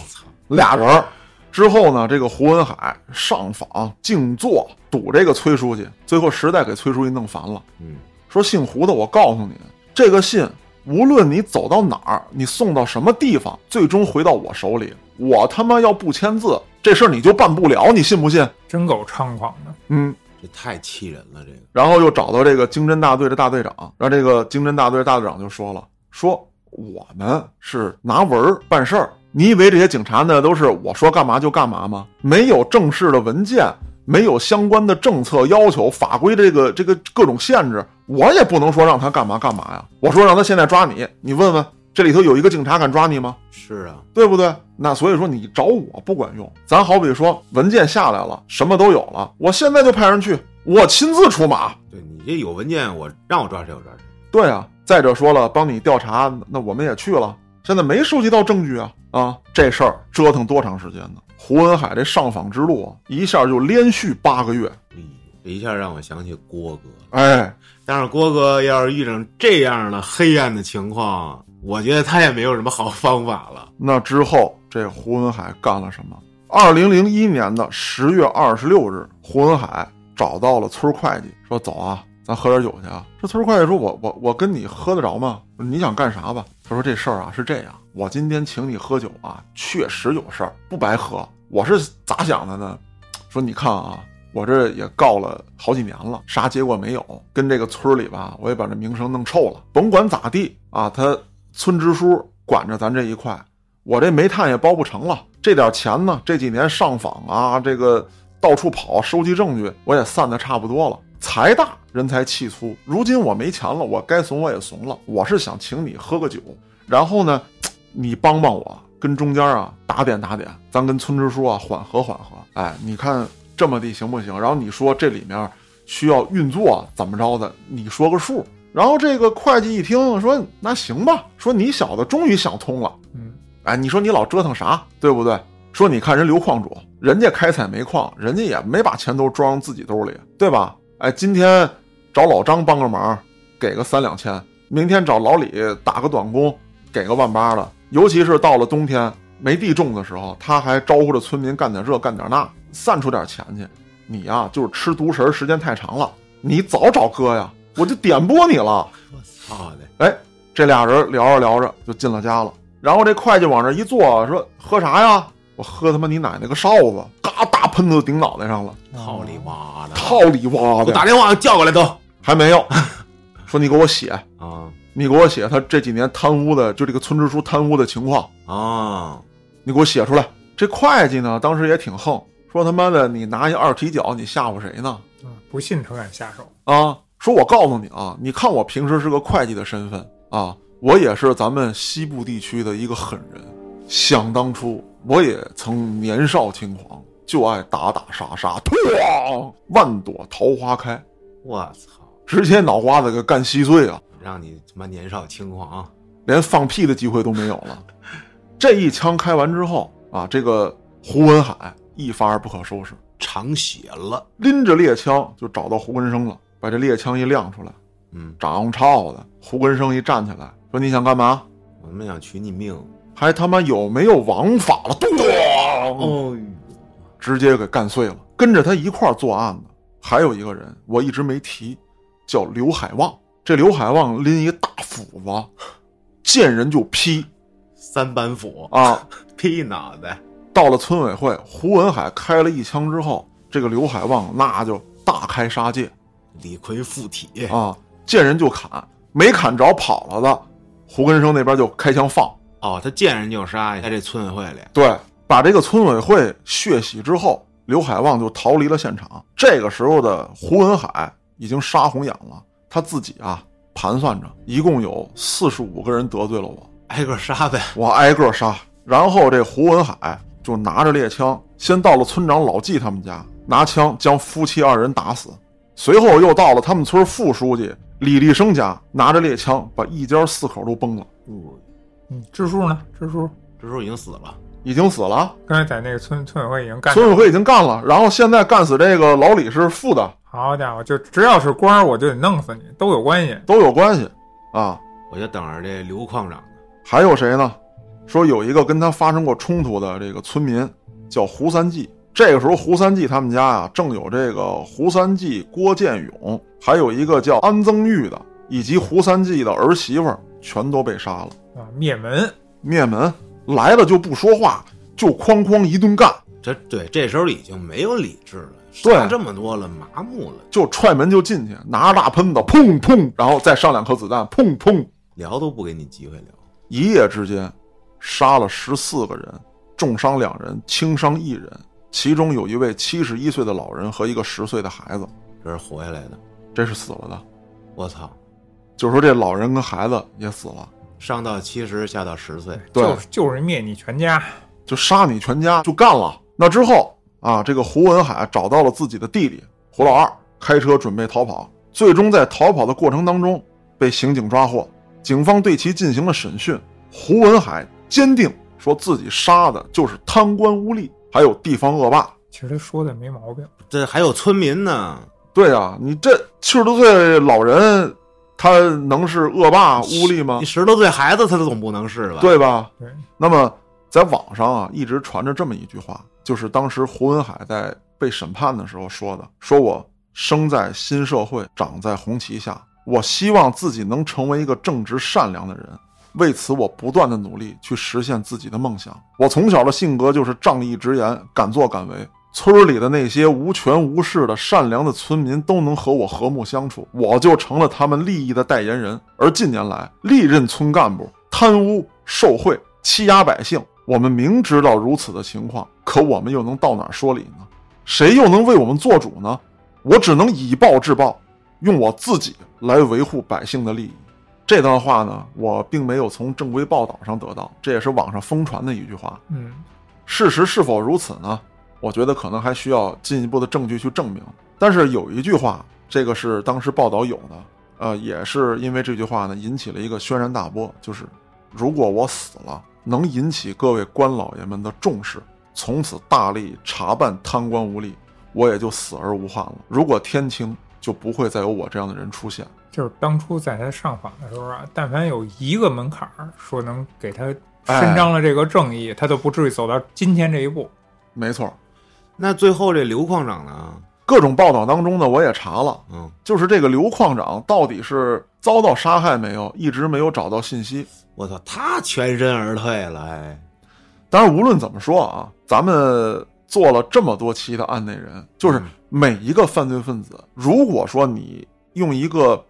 Speaker 1: 俩人儿。之后呢，这个胡文海上访静坐堵这个崔书记，最后实在给崔书记弄烦了。”
Speaker 2: 嗯，
Speaker 1: 说姓胡的，我告诉你，这个信无论你走到哪儿，你送到什么地方，最终回到我手里。我他妈要不签字，这事儿你就办不了，你信不信？
Speaker 3: 真够猖狂的，
Speaker 1: 嗯。
Speaker 2: 这太气人了，这个
Speaker 1: 然后又找到这个经侦大队的大队长，然后这个经侦大队大队长就说了：“说我们是拿文儿办事儿，你以为这些警察呢都是我说干嘛就干嘛吗？没有正式的文件，没有相关的政策要求、法规这个这个各种限制，我也不能说让他干嘛干嘛呀。我说让他现在抓你，你问问这里头有一个警察敢抓你吗？
Speaker 2: 是啊，
Speaker 1: 对不对？那所以说你找我不管用，咱好比说文件下来了，什么都有了，我现在就派人去，我亲自出马。”
Speaker 2: 对你这有文件，我让我抓谁我抓谁。
Speaker 1: 对啊，再者说了，帮你调查，那我们也去了，现在没收集到证据啊啊！这事儿折腾多长时间呢？胡文海这上访之路啊，一下就连续八个月。
Speaker 2: 哎呦这一下让我想起郭哥，
Speaker 1: 哎，
Speaker 2: 但是郭哥要是遇上这样的黑暗的情况，我觉得他也没有什么好方法了。
Speaker 1: 那之后这胡文海干了什么？二零零一年的十月二十六日，胡文海找到了村会计，说：“走啊，咱喝点酒去啊。”这村会计说：“我我我跟你喝得着吗？你想干啥吧？”他说：“这事儿啊是这样，我今天请你喝酒啊，确实有事儿，不白喝。我是咋想的呢？说你看啊，我这也告了好几年了，啥结果没有，跟这个村里吧，我也把这名声弄臭了。甭管咋地啊，他村支书管着咱这一块，我这煤炭也包不成了。这点钱呢，这几年上访啊，这个到处跑收集证据，我也散的差不多了。财大人才气粗，如今我没钱了，我该怂我也怂了。我是想请你喝个酒，然后呢，你帮帮我，跟中间啊打点打点，咱跟村支书啊缓和缓和。哎，你看这么地行不行？然后你说这里面需要运作怎么着的，你说个数。然后这个会计一听说那行吧，说你小子终于想通了。
Speaker 3: 嗯，
Speaker 1: 哎，你说你老折腾啥，对不对？说你看人刘矿主，人家开采煤矿，人家也没把钱都装自己兜里，对吧？哎，今天找老张帮个忙，给个三两千；明天找老李打个短工，给个万八的。尤其是到了冬天没地种的时候，他还招呼着村民干点这干点那，散出点钱去。你呀、就是吃独食儿时间太长了，你早找哥呀，我就点拨你了。
Speaker 2: 我操的，
Speaker 1: 哎，这俩人聊着聊着就进了家了。然后这会计往那一坐，说：“喝啥呀？”我喝他妈你奶奶个哨子！嘎，大喷子顶脑袋上了，
Speaker 3: 啊
Speaker 2: 套里哇的，
Speaker 1: 套里哇
Speaker 2: 我
Speaker 1: 的
Speaker 2: 打。电话叫过来都
Speaker 1: 还没有，说你给我写，
Speaker 2: 啊
Speaker 1: 你给我写他这几年贪污的，就这个村支书贪污的情况，
Speaker 2: 啊！
Speaker 1: 你给我写出来。这会计呢，当时也挺横，说他妈的你拿一二踢脚，你吓唬谁呢？
Speaker 3: 啊不信他敢下手，
Speaker 1: 啊，说我告诉你啊，你看我平时是个会计的身份啊，我也是咱们西部地区的一个狠人。想当初，我也曾年少轻狂，就爱打打杀杀，咣，万朵桃花开。
Speaker 2: 我操，
Speaker 1: 直接脑瓜子给干稀碎啊，
Speaker 2: 让你他妈年少轻狂啊！
Speaker 1: 连放屁的机会都没有了。这一枪开完之后啊，这个胡文海一发而不可收拾，
Speaker 2: 尝血了，
Speaker 1: 拎着猎枪就找到胡根生了，把这猎枪一亮出来，
Speaker 2: 嗯，
Speaker 1: 长超的胡根生一站起来说：“你想干嘛？
Speaker 2: 我们想取你命。
Speaker 1: 还他妈有没有王法了？”咚，
Speaker 2: 哦，
Speaker 1: 直接给干碎了。跟着他一块儿作案的还有一个人，我一直没提，叫刘海旺。这刘海旺拎一大斧子，见人就劈
Speaker 2: 三板斧，
Speaker 1: 啊！
Speaker 2: 劈脑袋，
Speaker 1: 到了村委会，胡文海开了一枪之后，这个刘海旺那就大开杀戒
Speaker 2: 李逵附体，
Speaker 1: 啊，见人就砍，没砍着跑了的，胡根生那边就开枪放。
Speaker 2: 哦，他见人就杀，在这村委会里，
Speaker 1: 对，把这个村委会血洗之后，刘海旺就逃离了现场。这个时候的胡文海已经杀红眼了，他自己啊盘算着，一共有四十五个人得罪了我，
Speaker 2: 挨个杀呗。
Speaker 1: 我挨个杀。然后这胡文海就拿着猎枪，先到了村长老纪他们家，拿枪将夫妻二人打死。随后又到了他们村副书记李立生家，拿着猎枪把一家四口都崩了，
Speaker 2: 哦，
Speaker 3: 嗯，支书呢？支书
Speaker 2: 这时候已经死了，
Speaker 1: 已经死了。
Speaker 3: 刚才在那个村村委会已经干掉
Speaker 1: 村
Speaker 3: 了，
Speaker 1: 委会已经干了，然后现在干死这个老李是副的，
Speaker 3: 好家伙，就只要是官儿，我就得弄死你，都有关系。
Speaker 1: 都有关系啊。
Speaker 2: 我就等着这刘矿长呢。
Speaker 1: 还有谁呢？说有一个跟他发生过冲突的这个村民叫胡三季。这个时候，胡三季他们家啊，正有这个胡三季、郭建勇，还有一个叫安增玉的，以及胡三季的儿媳妇儿，全都被杀了。
Speaker 3: 啊，灭门，
Speaker 1: 灭门来了就不说话，就哐哐一顿干，
Speaker 2: 这对，这时候已经没有理智了，
Speaker 1: 对
Speaker 2: 杀这么多了，麻木了，
Speaker 1: 就踹门就进去，拿着大喷子，砰砰，然后再上两颗子弹，砰砰，
Speaker 2: 聊都不给你机会聊。
Speaker 1: 一夜之间杀了十四个人，重伤两人，轻伤一人，其中有一位七十一岁的老人和一个十岁的孩子，
Speaker 2: 这是活下来的，
Speaker 1: 这是死了的。
Speaker 2: 我操，
Speaker 1: 就是说这老人跟孩子也死了，
Speaker 2: 上到七十，下到十岁，
Speaker 1: 对，
Speaker 3: 就是就是灭你全家。
Speaker 1: 就杀你全家就干了。那之后啊，这个胡文海找到了自己的弟弟胡老二，开车准备逃跑，最终在逃跑的过程当中被刑警抓获，警方对其进行了审讯。胡文海坚定说自己杀的就是贪官污吏，还有地方恶霸。
Speaker 3: 其实他说的没毛病，
Speaker 2: 这还有村民呢，
Speaker 1: 对啊，你这七十多岁老人，他能是恶霸污吏吗
Speaker 2: 你？十多岁孩子他总不能是吧？，
Speaker 1: 对吧？
Speaker 3: 对，
Speaker 1: 那么在网上啊，一直传着这么一句话，就是当时胡文海在被审判的时候说的：“说我生在新社会，长在红旗下，我希望自己能成为一个正直善良的人。”为此，我不断的努力去实现自己的梦想。我从小的性格就是仗义直言，敢作敢为。村里的那些无权无势的善良的村民都能和我和睦相处，我就成了他们利益的代言人。而近年来，历任村干部贪污受贿、欺压百姓，我们明知道如此的情况，可我们又能到哪儿说理呢？谁又能为我们做主呢？我只能以暴制暴，用我自己来维护百姓的利益。这段话呢，我并没有从正规报道上得到，这也是网上疯传的一句话。
Speaker 3: 嗯，
Speaker 1: 事实是否如此呢？我觉得可能还需要进一步的证据去证明。但是有一句话，这个是当时报道有的，呃，也是因为这句话呢，引起了一个轩然大波，就是如果我死了，能引起各位官老爷们的重视，从此大力查办贪官污吏，我也就死而无憾了。如果天清，就不会再有我这样的人出现。
Speaker 3: 就是当初在他上访的时候啊，但凡有一个门槛儿说能给他
Speaker 1: 哎
Speaker 3: 伸张了这个正义，他都不至于走到今天这一步。
Speaker 1: 没错，
Speaker 2: 那最后这刘矿长呢？
Speaker 1: 各种报道当中呢，我也查了，
Speaker 2: 嗯，
Speaker 1: 就是这个刘矿长到底是遭到杀害没有，一直没有找到信息。
Speaker 2: 我操，他全身而退了，哎，
Speaker 1: 当然，无论怎么说啊，咱们做了这么多期的案内人，就是每一个犯罪分子，如果说你用一个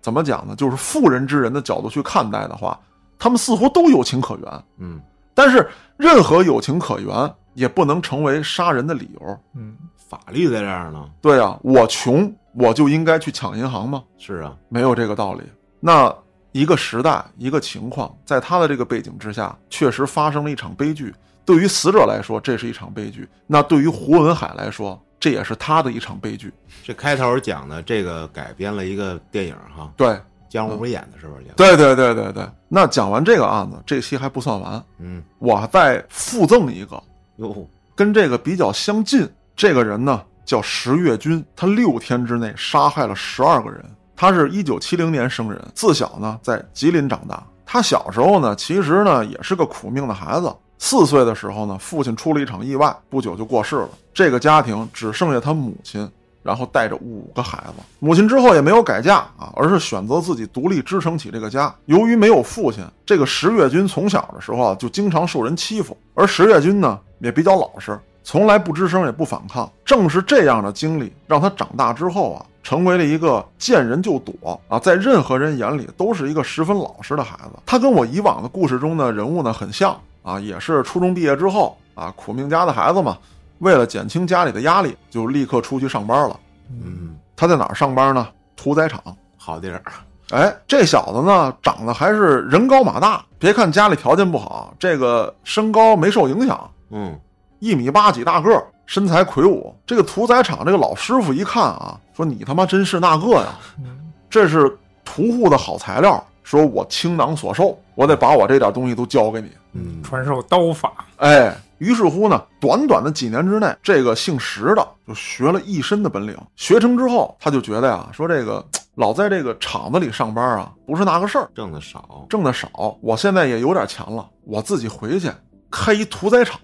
Speaker 1: 怎么讲呢，就是妇人之仁的角度去看待的话，他们似乎都有情可原。
Speaker 2: 嗯，
Speaker 1: 但是，任何有情可原也不能成为杀人的理由。
Speaker 3: 嗯，
Speaker 2: 法律在这儿呢，
Speaker 1: 对啊，我穷，我就应该去抢银行吗？
Speaker 2: 是啊，
Speaker 1: 没有这个道理。那一个时代，一个情况，在他的这个背景之下，确实发生了一场悲剧。对于死者来说，这是一场悲剧；那对于胡文海来说，这也是他的一场悲剧。
Speaker 2: 这开头讲的这个改编了一个电影哈，
Speaker 1: 对，
Speaker 2: 姜武演的是不是？也
Speaker 1: 对对对对对。那讲完这个案子，这期还不算完，
Speaker 2: 嗯，
Speaker 1: 我再附赠一个
Speaker 2: 哟，
Speaker 1: 跟这个比较相近。这个人呢叫石月君，他六天之内杀害了十二个人。他是一九七零年生人，自小呢在吉林长大。他小时候呢，其实呢也是个苦命的孩子。四岁的时候呢，父亲出了一场意外，不久就过世了。这个家庭只剩下他母亲，然后带着五个孩子。母亲之后也没有改嫁啊，而是选择自己独立支撑起这个家。由于没有父亲，这个石月君从小的时候啊就经常受人欺负，而石月君呢也比较老实，从来不吱声也不反抗。正是这样的经历，让他长大之后啊，成为了一个见人就躲啊，在任何人眼里都是一个十分老实的孩子。他跟我以往的故事中的人物呢很像啊，也是初中毕业之后啊，苦命家的孩子嘛，为了减轻家里的压力，就立刻出去上班了。
Speaker 2: 嗯，
Speaker 1: 他在哪儿上班呢？屠宰场。
Speaker 2: 好地儿，啊
Speaker 1: 哎，这小子呢，长得还是人高马大。别看家里条件不好，这个身高没受影响，
Speaker 2: 嗯，
Speaker 1: 一米八几大个儿，身材魁梧。这个屠宰场这个老师傅一看啊，说你他妈真是那个呀，
Speaker 3: 嗯
Speaker 1: 这是屠户的好材料。说我倾囊所授，我得把我这点东西都交给你。
Speaker 2: 嗯，
Speaker 3: 传授刀法，
Speaker 1: 哎，于是乎呢，短短的几年之内，这个姓石的就学了一身的本领。学成之后，他就觉得呀，说这个老在这个厂子里上班啊，不是那个事儿，
Speaker 2: 挣的少，
Speaker 1: 挣的少。我现在也有点钱了，我自己回去开一屠宰场，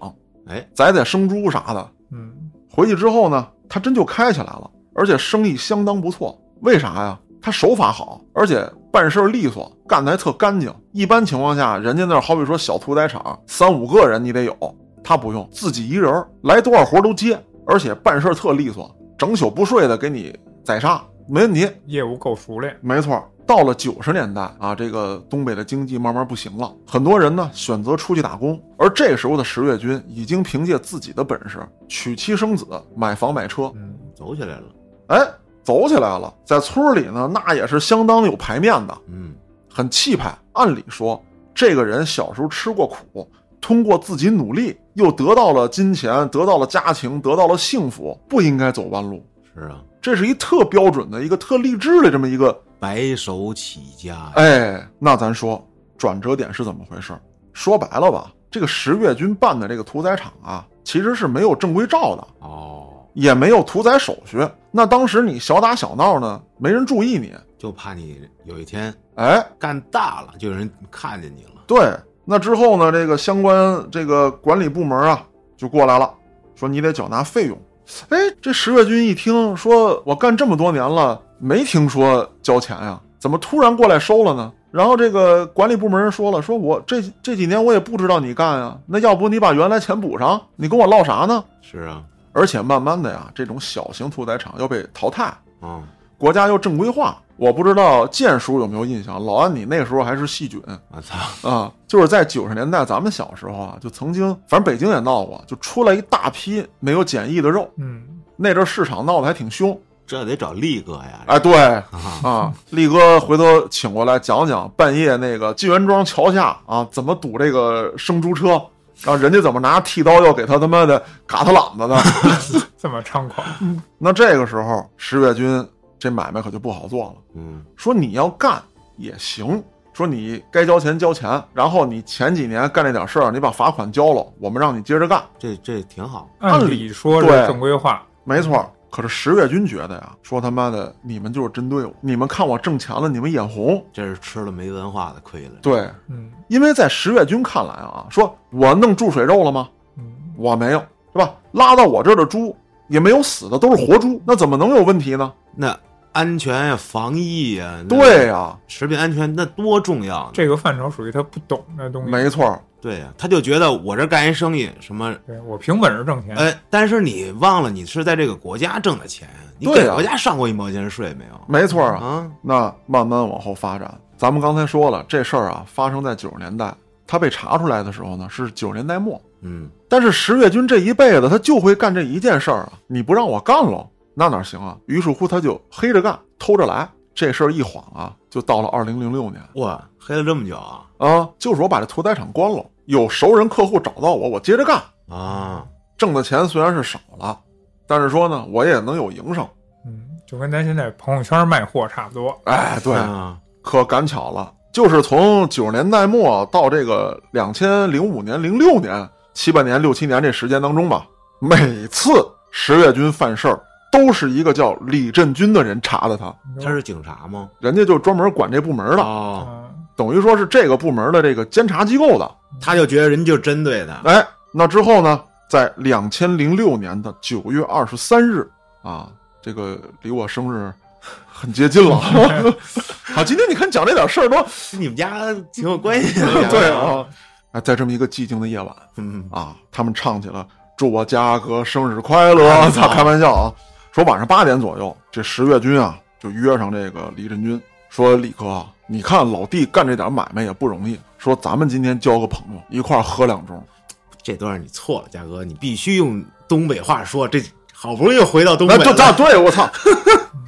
Speaker 2: 哎，
Speaker 1: 宰宰生猪啥的。
Speaker 3: 嗯，
Speaker 1: 回去之后呢，他真就开起来了，而且生意相当不错。为啥呀？他手法好，而且办事利索，干得还特干净。一般情况下，人家那儿好比说小屠宰场，三五个人你得有，他不用，自己一人儿来多少活都接，而且办事特利索，整宿不睡的给你宰杀，没问题。
Speaker 3: 业务够熟练，
Speaker 1: 没错，到了九十年代啊，这个东北的经济慢慢不行了，很多人呢选择出去打工，而这时候的石月军已经凭借自己的本事娶妻生子，买房买车，
Speaker 3: 嗯，
Speaker 2: 走起来了，
Speaker 1: 哎，走起来了，在村里呢那也是相当有排面的，
Speaker 2: 嗯，
Speaker 1: 很气派。按理说，这个人小时候吃过苦，通过自己努力又得到了金钱，得到了家庭，得到了幸福，不应该走弯路。
Speaker 2: 是啊，
Speaker 1: 这是一特标准的一个特励志的这么一个
Speaker 2: 白手起家呀，
Speaker 1: 哎，那咱说转折点是怎么回事儿？说白了吧，这个十月军办的这个屠宰场啊，其实是没有正规照的，
Speaker 2: 哦，
Speaker 1: 也没有屠宰手续。那当时你小打小闹呢，没人注意你。
Speaker 2: 就怕你有一天
Speaker 1: 哎，
Speaker 2: 干大了，就有人看见你了，
Speaker 1: 对，那之后呢，这个相关这个管理部门啊，就过来了，说你得缴纳费用。哎，这十月军一听说我干这么多年了，没听说交钱呀、怎么突然过来收了呢？然后这个管理部门说了，说我这这几年我也不知道你干呀、那要不你把原来钱补上，你跟我唠啥呢？
Speaker 2: 是啊，
Speaker 1: 而且慢慢的呀，这种小型屠宰场要被淘汰，
Speaker 2: 嗯，
Speaker 1: 国家要正规化。我不知道建叔有没有印象，老安你那时候还是细菌，
Speaker 2: 我操，
Speaker 1: 啊，就是在九十年代，咱们小时候啊，就曾经，反正北京也闹过，就出来一大批没有检疫的肉，
Speaker 3: 嗯，
Speaker 1: 那阵儿市场闹得还挺凶。
Speaker 2: 这得找力哥呀，
Speaker 1: 哎，对啊，力哥回头请过来讲讲半夜那个晋元庄桥下啊，怎么堵这个生猪车，然后人家怎么拿剃刀要给他他妈的嘎他懒子的。
Speaker 3: 这么猖狂，
Speaker 1: 那这个时候，石月军这买卖可就不好做了。
Speaker 2: 嗯，
Speaker 1: 说你要干也行，说你该交钱交钱，然后你前几年干这点事儿，你把罚款交了，我们让你接着干，
Speaker 2: 这这挺好，
Speaker 1: 按理
Speaker 3: 按理说是
Speaker 1: 对
Speaker 3: 正规化，
Speaker 1: 没错儿。可是石月军觉得呀，说他妈的你们就是针对我，你们看我挣钱了，你们眼红。
Speaker 2: 这是吃了没文化的亏了，
Speaker 1: 对，
Speaker 3: 嗯
Speaker 1: 因为在石月军看来啊，说我弄注水肉了吗？
Speaker 3: 嗯，
Speaker 1: 我没有，是吧？拉到我这儿的猪也没有死的，都是活猪，那怎么能有问题呢？
Speaker 2: 那安全呀，防疫呀，那
Speaker 1: 对呀、
Speaker 2: 食品安全那多重要呢！
Speaker 3: 这个范畴属于他不懂的东西，
Speaker 1: 没错儿，
Speaker 2: 对呀、他就觉得我这干一生意什么，
Speaker 3: 对我凭本事挣钱，
Speaker 2: 哎，但是你忘了你是在这个国家挣的钱，你
Speaker 1: 对
Speaker 2: 给
Speaker 1: 呀
Speaker 2: 国家上过一毛钱税没有？
Speaker 1: 没错儿啊。
Speaker 2: 啊，
Speaker 1: 那慢慢往后发展，咱们刚才说了，这事儿啊发生在九十年代，他被查出来的时候呢是九十年代末。
Speaker 2: 嗯，
Speaker 1: 但是石月军这一辈子他就会干这一件事儿啊，你不让我干喽，那哪行啊？于是乎他就黑着干，偷着来。这事儿一晃啊，就到了二零零六年
Speaker 2: 哇，黑了这么久啊
Speaker 1: 啊，就是我把这屠宰场关了，有熟人客户找到我，我接着干，
Speaker 2: 啊，
Speaker 1: 挣的钱虽然是少了，但是说呢，我也能有营生。
Speaker 3: 嗯，就跟咱现在朋友圈卖货差不多。
Speaker 1: 哎，对，
Speaker 2: 啊，
Speaker 1: 可赶巧了，就是从九十年代末到这个两千零五年、零六年、七八年、六七年这时间当中吧，每次十月军犯事儿，都是一个叫李振军的人查的他，
Speaker 3: 你
Speaker 2: 他
Speaker 3: 说
Speaker 2: 是警察吗？
Speaker 1: 人家就专门管这部门的，
Speaker 2: 哦，
Speaker 3: 嗯
Speaker 1: 等于说是这个部门的这个监察机构的。
Speaker 2: 他就觉得人就针对他，
Speaker 1: 哎，那之后呢，在两千零六年的九月二十三日啊，这个离我生日很接近了。 好，今天你看讲这点事儿都
Speaker 2: 你们家挺有关系的呀。
Speaker 1: 对啊，哎，在这么一个寂静的夜晚
Speaker 2: 嗯，
Speaker 1: 啊，他们唱起了“祝我家哥生日快乐”， 咋开玩笑啊？说晚上八点左右，这十月军啊就约上这个李振军，说李哥，啊你看老弟干这点买卖也不容易，说咱们今天交个朋友，一块儿喝两盅。
Speaker 2: 这段你错了，嘉哥，你必须用东北话说。这好不容易又回到东北
Speaker 1: 那
Speaker 2: 了，
Speaker 1: 就啊，对我操！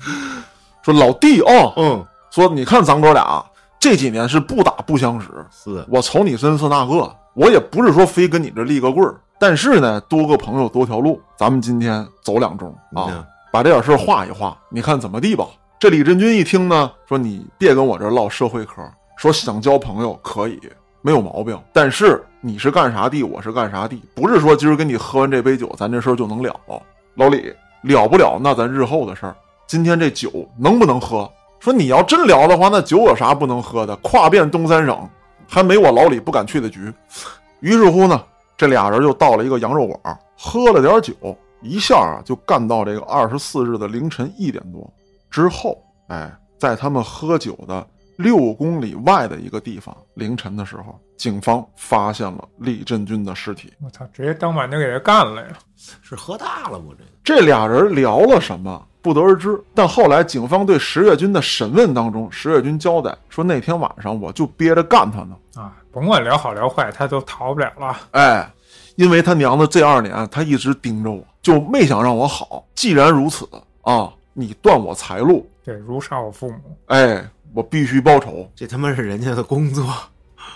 Speaker 1: 说老弟哦，
Speaker 2: 嗯，
Speaker 1: 说你看咱哥俩啊这几年是不打不相识，
Speaker 2: 是
Speaker 1: 我瞅你真是那个，我也不是说非跟你这立个棍儿，但是呢，多个朋友多条路，咱们今天走两中啊
Speaker 2: 嗯，
Speaker 1: 把这点事儿化一化，你看怎么地吧。这李振军一听呢，说你别跟我这儿唠社会嗑儿，说想交朋友可以，没有毛病，但是你是干啥地，我是干啥地，不是说今儿跟你喝完这杯酒，咱这事儿就能了。老李了不了，那咱日后的事儿。今天这酒能不能喝？说你要真聊的话，那酒有啥不能喝的？跨遍东三省，还没我老李不敢去的局。于是乎呢，这俩人就到了一个羊肉馆，喝了点酒，一下啊就干到这个二十四日的凌晨一点多。之后，哎，在他们喝酒的六公里外的一个地方，凌晨的时候，警方发现了李振军的尸体。
Speaker 3: 我操，直接当晚就给他干了呀！
Speaker 2: 是喝大了吗？这
Speaker 1: 这俩人聊了什么不得而知，但后来警方对石月军的审问当中，石月军交代说那天晚上我就憋着干他呢，
Speaker 3: 啊，甭管聊好聊坏，他都逃不了了。
Speaker 1: 哎，因为他娘的这二年他一直盯着我，就没想让我好。既然如此啊，你断我财路，
Speaker 3: 对，如杀我父母，
Speaker 1: 哎，我必须报仇，
Speaker 2: 这他妈是人家的工作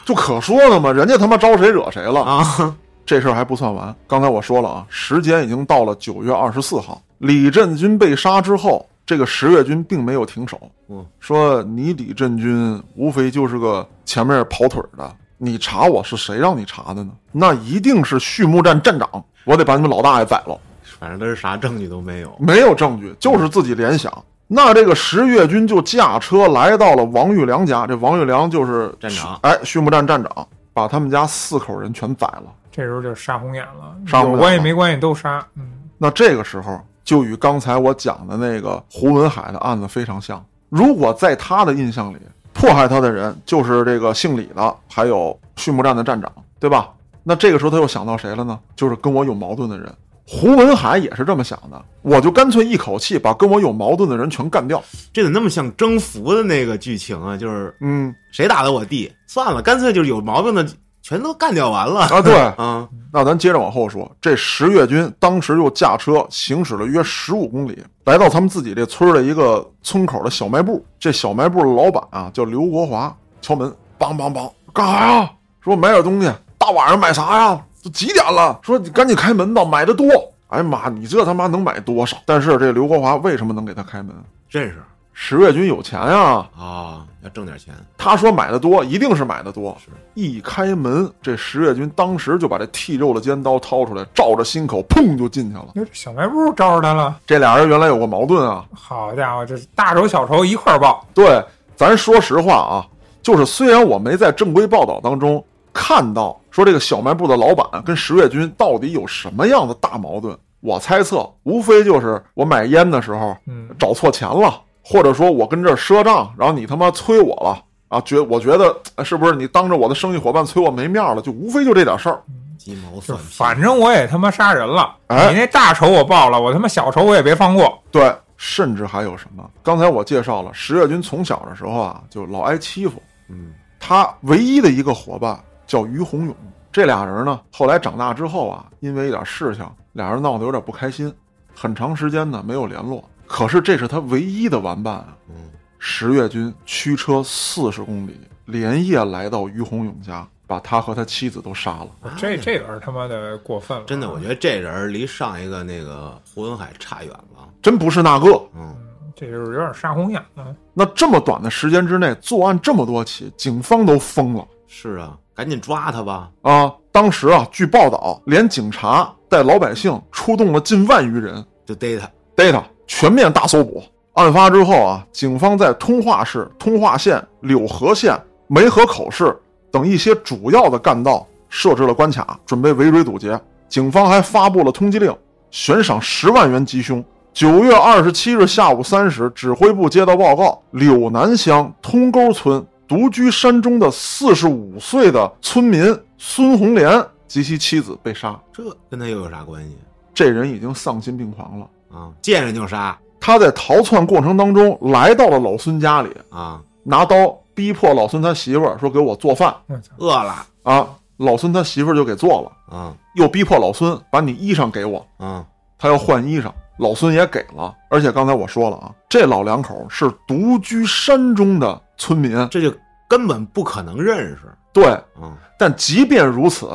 Speaker 1: 就可说呢嘛，人家他妈招谁惹谁了
Speaker 2: 啊！
Speaker 1: 这事儿还不算完，刚才我说了啊，时间已经到了九月二十四号，李振军被杀之后，这个十月军并没有停手，
Speaker 2: 嗯，
Speaker 1: 说你李振军无非就是个前面跑腿儿的，你查我是谁让你查的呢？那一定是畜牧站站长，我得把你们老大爷宰了。
Speaker 2: 反正他是啥证据都没有。
Speaker 1: 没有证据，就是自己联想。那这个石月军就驾车来到了王玉良家，这王玉良就是
Speaker 2: 站长
Speaker 1: 哎，畜牧站站长，把他们家四口人全宰了。
Speaker 3: 这时候就杀红眼了，
Speaker 1: 杀红眼
Speaker 3: 有
Speaker 1: 了
Speaker 3: 关系没关系都杀。嗯，
Speaker 1: 那这个时候就与刚才我讲的那个胡文海的案子非常像。如果在他的印象里，迫害他的人就是这个姓李的，还有畜牧站的站长，对吧？那这个时候他又想到谁了呢？就是跟我有矛盾的人。胡文海也是这么想的，我就干脆一口气把跟我有矛盾的人全干掉。
Speaker 2: 这怎么那么像征服的那个剧情啊？就是
Speaker 1: 嗯，
Speaker 2: 谁打的我弟？算了，干脆就是有毛病的全都干掉完了
Speaker 1: 啊，对，
Speaker 2: 啊！
Speaker 1: 那咱接着往后说，这十月军当时又驾车行驶了约十五公里，来到他们自己这村儿的一个村口的小卖部。这小卖部的老板啊叫刘国华，敲门，梆梆梆，干啥呀？说买点东西，大晚上买啥呀？都几点了？说你赶紧开门吧，买的多。哎呀妈，你这他妈能买多少？但是这刘国华为什么能给他开门？
Speaker 2: 认识
Speaker 1: 十月军有钱呀，
Speaker 2: 啊，要挣点钱，
Speaker 1: 他说买的多，一定是买的多
Speaker 2: 是。
Speaker 1: 一开门，这石月军当时就把这剔肉的尖刀掏出来，照着心口，砰就进去了。
Speaker 3: 哟，这小卖部招着他了，
Speaker 1: 这俩人原来有过矛盾啊。
Speaker 3: 好家伙，这是大仇小仇一块儿报。
Speaker 1: 对，咱说实话啊，就是虽然我没在正规报道当中看到说这个小卖部的老板跟石月军到底有什么样的大矛盾，我猜测无非就是我买烟的时候
Speaker 3: 嗯，
Speaker 1: 找错钱了，或者说我跟这儿赊账，然后你他妈催我了啊！觉我觉得哎是不是你当着我的生意伙伴催我没面儿了？就无非就这点事儿。
Speaker 2: 鸡毛
Speaker 3: 就
Speaker 2: 蒜皮。
Speaker 3: 反正我也他妈杀人了，
Speaker 1: 哎
Speaker 3: 你那大仇我报了，我他妈小仇我也别放过。
Speaker 1: 对，甚至还有什么？刚才我介绍了，石月军从小的时候啊，就老挨欺负。
Speaker 2: 嗯，
Speaker 1: 他唯一的一个伙伴叫于洪勇。这俩人呢，后来长大之后啊，因为一点事情，俩人闹得有点不开心，很长时间呢没有联络。可是这是他唯一的玩伴啊。
Speaker 2: 嗯，
Speaker 1: 石月军驱车四十公里，连夜来到于洪勇家。把他和他妻子都杀了。
Speaker 3: 这这有点他妈的过分了，啊
Speaker 2: 真的，我觉得这人儿离上一个那个胡文海差远了。
Speaker 1: 真不是那个。
Speaker 2: 嗯，
Speaker 3: 这就是有点杀红眼了。
Speaker 1: 那这么短的时间之内作案这么多起，警方都疯了
Speaker 2: 是啊，赶紧抓他吧。
Speaker 1: 啊！当时啊，据报道，连警察带老百姓出动了近万余人，
Speaker 2: 就逮他。
Speaker 1: 逮他，全面大搜捕。案发之后啊，警方在通化市、通化县、柳河县、梅河口市等一些主要的干道设置了关卡，准备围追堵截。警方还发布了通缉令，悬赏十万元缉凶。九月二十七日下午三时，指挥部接到报告，柳南乡通沟村独居山中的四十五岁的村民孙红莲及其妻子被杀。
Speaker 2: 这跟他又有啥关系
Speaker 1: 这人已经丧心病狂了。
Speaker 2: 啊？见人就杀
Speaker 1: 他在逃窜过程当中来到了老孙家里，
Speaker 2: 啊！
Speaker 1: 拿刀逼迫老孙他媳妇儿说给我做饭
Speaker 3: 我操，
Speaker 2: 饿了
Speaker 1: 啊，老孙他媳妇儿就给做了，
Speaker 2: 啊
Speaker 1: 又逼迫老孙把你衣裳给我，
Speaker 2: 啊！
Speaker 1: 他要换衣裳，老孙也给了，而且刚才我说了啊，这老两口是独居山中的村民，
Speaker 2: 这就根本不可能认识
Speaker 1: 对，
Speaker 2: 啊！
Speaker 1: 但即便如此，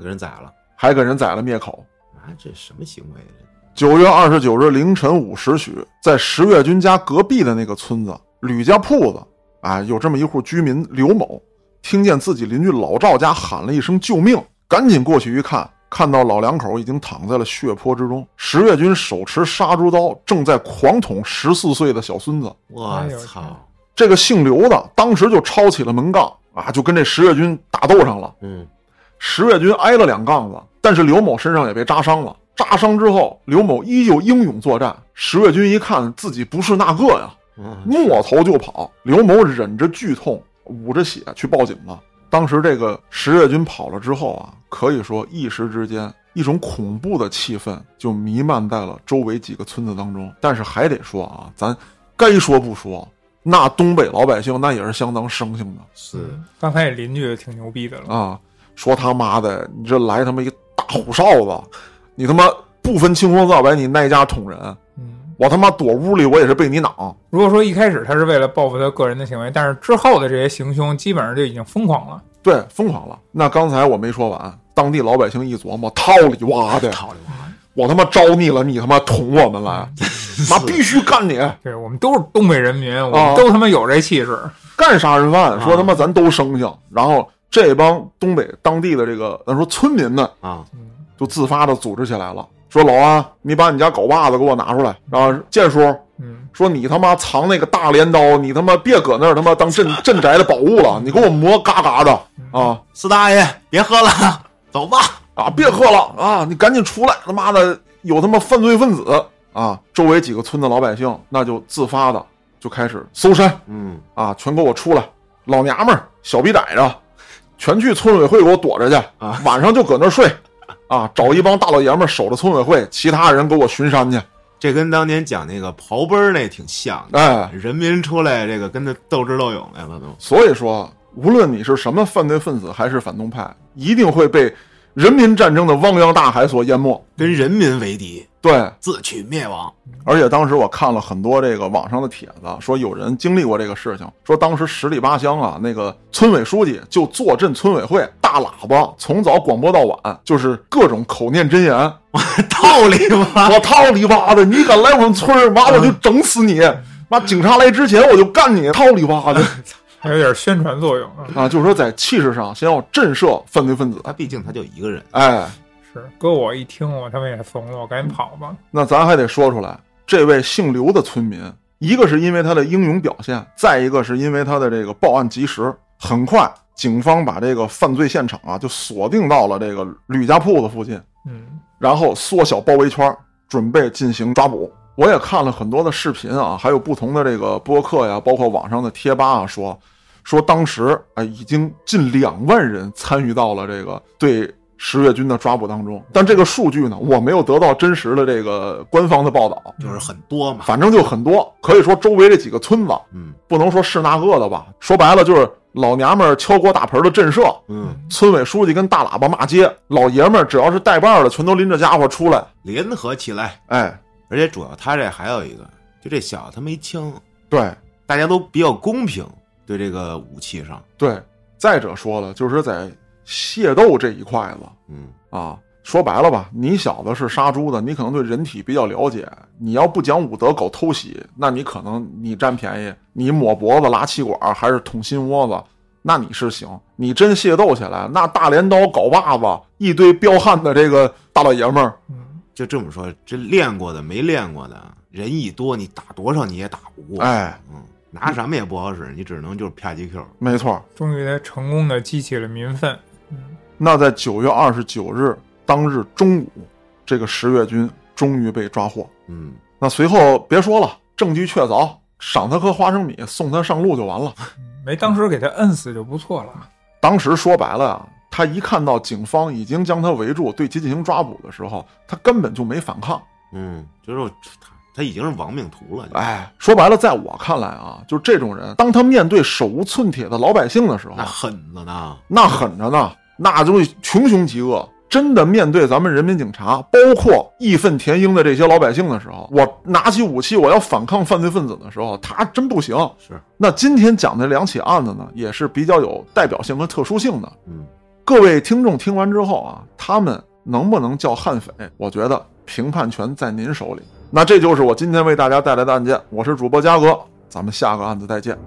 Speaker 2: 给人宰了
Speaker 1: 还给人宰了灭口。
Speaker 2: 啊！这什么行为？
Speaker 1: 九月二十九日凌晨五时许，在石月军家隔壁的那个村子吕家铺子啊，有这么一户居民刘某，听见自己邻居老赵家喊了一声“救命”，赶紧过去一看，看到老两口已经躺在了血泊之中。石月军手持杀猪刀，正在狂捅十四岁的小孙子。
Speaker 2: 我
Speaker 3: 哎呦
Speaker 2: 操！
Speaker 1: 这个姓刘的当时就抄起了门杠啊，就跟这石月军打斗上了。
Speaker 2: 嗯，
Speaker 1: 石月军挨了两杠子，但是刘某身上也被扎伤了。扎伤之后，刘某依旧英勇作战。石月军一看自己不是那个呀，
Speaker 2: 嗯
Speaker 1: 抹头就跑。刘某忍着剧痛，捂着血去报警了。当时这个石月军跑了之后啊，可以说一时之间，一种恐怖的气氛就弥漫在了周围几个村子当中。但是还得说啊，咱该说不说，那东北老百姓那也是相当生性的。
Speaker 2: 是
Speaker 1: 嗯
Speaker 3: 刚才这邻居挺牛逼的了，
Speaker 1: 啊，说他妈的，你这来他妈一大虎哨子，你他妈不分青红皂白，你挨家捅人，
Speaker 3: 嗯，
Speaker 1: 我他妈躲屋里我也是被你攮。
Speaker 3: 如果说一开始他是为了报复他个人的行为，但是之后的这些行凶基本上就已经疯狂了。
Speaker 1: 对，疯狂了。那刚才我没说完，当地老百姓一琢磨，套里哇的，
Speaker 2: 套里娃，
Speaker 1: 我他妈招你了，你他妈捅我们来，妈必须干你，
Speaker 3: 对我们都是东北人民，我们都他妈有这气势。
Speaker 1: 干杀人犯，说他
Speaker 2: 啊
Speaker 1: 妈咱都生性。然后这帮东北当地的这个咱说村民们
Speaker 2: 啊！
Speaker 3: 嗯，
Speaker 1: 就自发的组织起来了，说老安，你把你家狗把子给我拿出来，然后建叔
Speaker 3: 嗯，
Speaker 1: 说你他妈藏那个大镰刀，你他妈别搁那儿他妈当镇镇宅的宝物了，你给我磨嘎嘎的啊
Speaker 2: 四大爷，别喝了，走吧。
Speaker 1: 啊！别喝了啊！你赶紧出来！他妈的有他妈犯罪分子啊！周围几个村的老百姓那就自发的就开始搜山
Speaker 2: 嗯，
Speaker 1: 啊，全给我出来！老娘们儿、小逼崽子，全去村委会给我躲着去
Speaker 2: 啊！
Speaker 1: 晚上就搁那儿睡啊！找一帮大老爷们儿守着村委会，其他人给我巡山去！
Speaker 2: 这跟当年讲那个刨奔儿那挺像的，
Speaker 1: 哎，
Speaker 2: 人民出来这个跟他斗智斗勇来了都。
Speaker 1: 所以说，无论你是什么犯罪分子还是反动派，一定会被人民战争的汪洋大海所淹没。
Speaker 2: 跟人民为敌，
Speaker 1: 对，
Speaker 2: 自取灭亡。
Speaker 1: 而且当时我看了很多这个网上的帖子，说有人经历过这个事情，说当时十里八乡啊，那个村委书记就坐镇村委会，大喇叭从早广播到晚，就是各种口念真言，
Speaker 2: 道理吗？
Speaker 1: 我操你妈的，你敢来我们村儿，妈我就整死你！妈，警察来之前我就干你！操你妈的
Speaker 3: 还有点宣传作用啊。
Speaker 1: 啊！就是说在气势上先要震慑犯罪分子，
Speaker 2: 他毕竟他就一个人，
Speaker 1: 哎。
Speaker 3: 是，搁我一听，我他妈也疯了，我赶紧跑吧。
Speaker 1: 那咱还得说出来，这位姓刘的村民，一个是因为他的英勇表现，再一个是因为他的这个报案及时。很快，警方把这个犯罪现场啊就锁定到了这个吕家铺子附近，
Speaker 3: 嗯，
Speaker 1: 然后缩小包围圈，准备进行抓捕。我也看了很多的视频啊，还有不同的这个播客呀，包括网上的贴吧啊，说说当时哎，已经近两万人参与到了这个对十月军的抓捕当中。但这个数据呢，我没有得到真实的这个官方的报道，
Speaker 2: 就是很多嘛。
Speaker 1: 反正就很多，可以说周围这几个村子，
Speaker 2: 嗯
Speaker 1: 不能说是那个的吧，说白了就是老娘们儿敲锅打盆的震慑，
Speaker 2: 嗯，
Speaker 1: 村委书记跟大喇叭骂街，老爷们儿只要是带把儿的，全都拎着家伙出来。
Speaker 2: 联合起来，
Speaker 1: 哎，
Speaker 2: 而且主要他这还有一个，就这小子他没枪，
Speaker 1: 对
Speaker 2: 大家都比较公平，对这个武器上，
Speaker 1: 对。再者说了，就是在械斗这一块子，
Speaker 2: 嗯，
Speaker 1: 啊，说白了吧，你小子是杀猪的，你可能对人体比较了解。你要不讲武德，搞偷袭，那你可能你占便宜，你抹脖子、拉气管还是捅心窝子，那你是行。你真械斗起来，那大镰刀、镐把子，一堆彪悍的这个大老爷们儿，
Speaker 3: 嗯，
Speaker 2: 就这么说，这练过的没练过的人一多，你打多少你也打不过。
Speaker 1: 哎，
Speaker 2: 嗯，拿什么也不好使，你只能就是啪叽 Q。
Speaker 1: 没错儿。
Speaker 3: 终于成功的激起了民愤。嗯，
Speaker 1: 那在九月二十九日当日中午，这个十月军终于被抓获。
Speaker 2: 嗯，
Speaker 1: 那随后别说了，证据确凿，赏他颗花生米，送他上路就完了。
Speaker 3: 没当时给他摁死就不错了。
Speaker 1: 当时说白了啊，他一看到警方已经将他围住，对其进行抓捕的时候，他根本就没反抗。
Speaker 2: 嗯，就是我他他已经是亡命徒了。，
Speaker 1: 哎，说白了，在我看来啊，就这种人，当他面对手无寸铁的老百姓的时候
Speaker 2: 那，狠着呢。
Speaker 1: 那狠着呢，那就穷凶极恶。真的面对咱们人民警察，包括义愤填膺的这些老百姓的时候，我拿起武器，我要反抗犯罪分子的时候，他真不行。
Speaker 2: 是，
Speaker 1: 那今天讲的两起案子呢，也是比较有代表性和特殊性的。
Speaker 2: 嗯，
Speaker 1: 各位听众听完之后啊，他们能不能叫悍匪？我觉得评判权在您手里。那这就是我今天为大家带来的案件，我是主播嘉哥，咱们下个案子再见，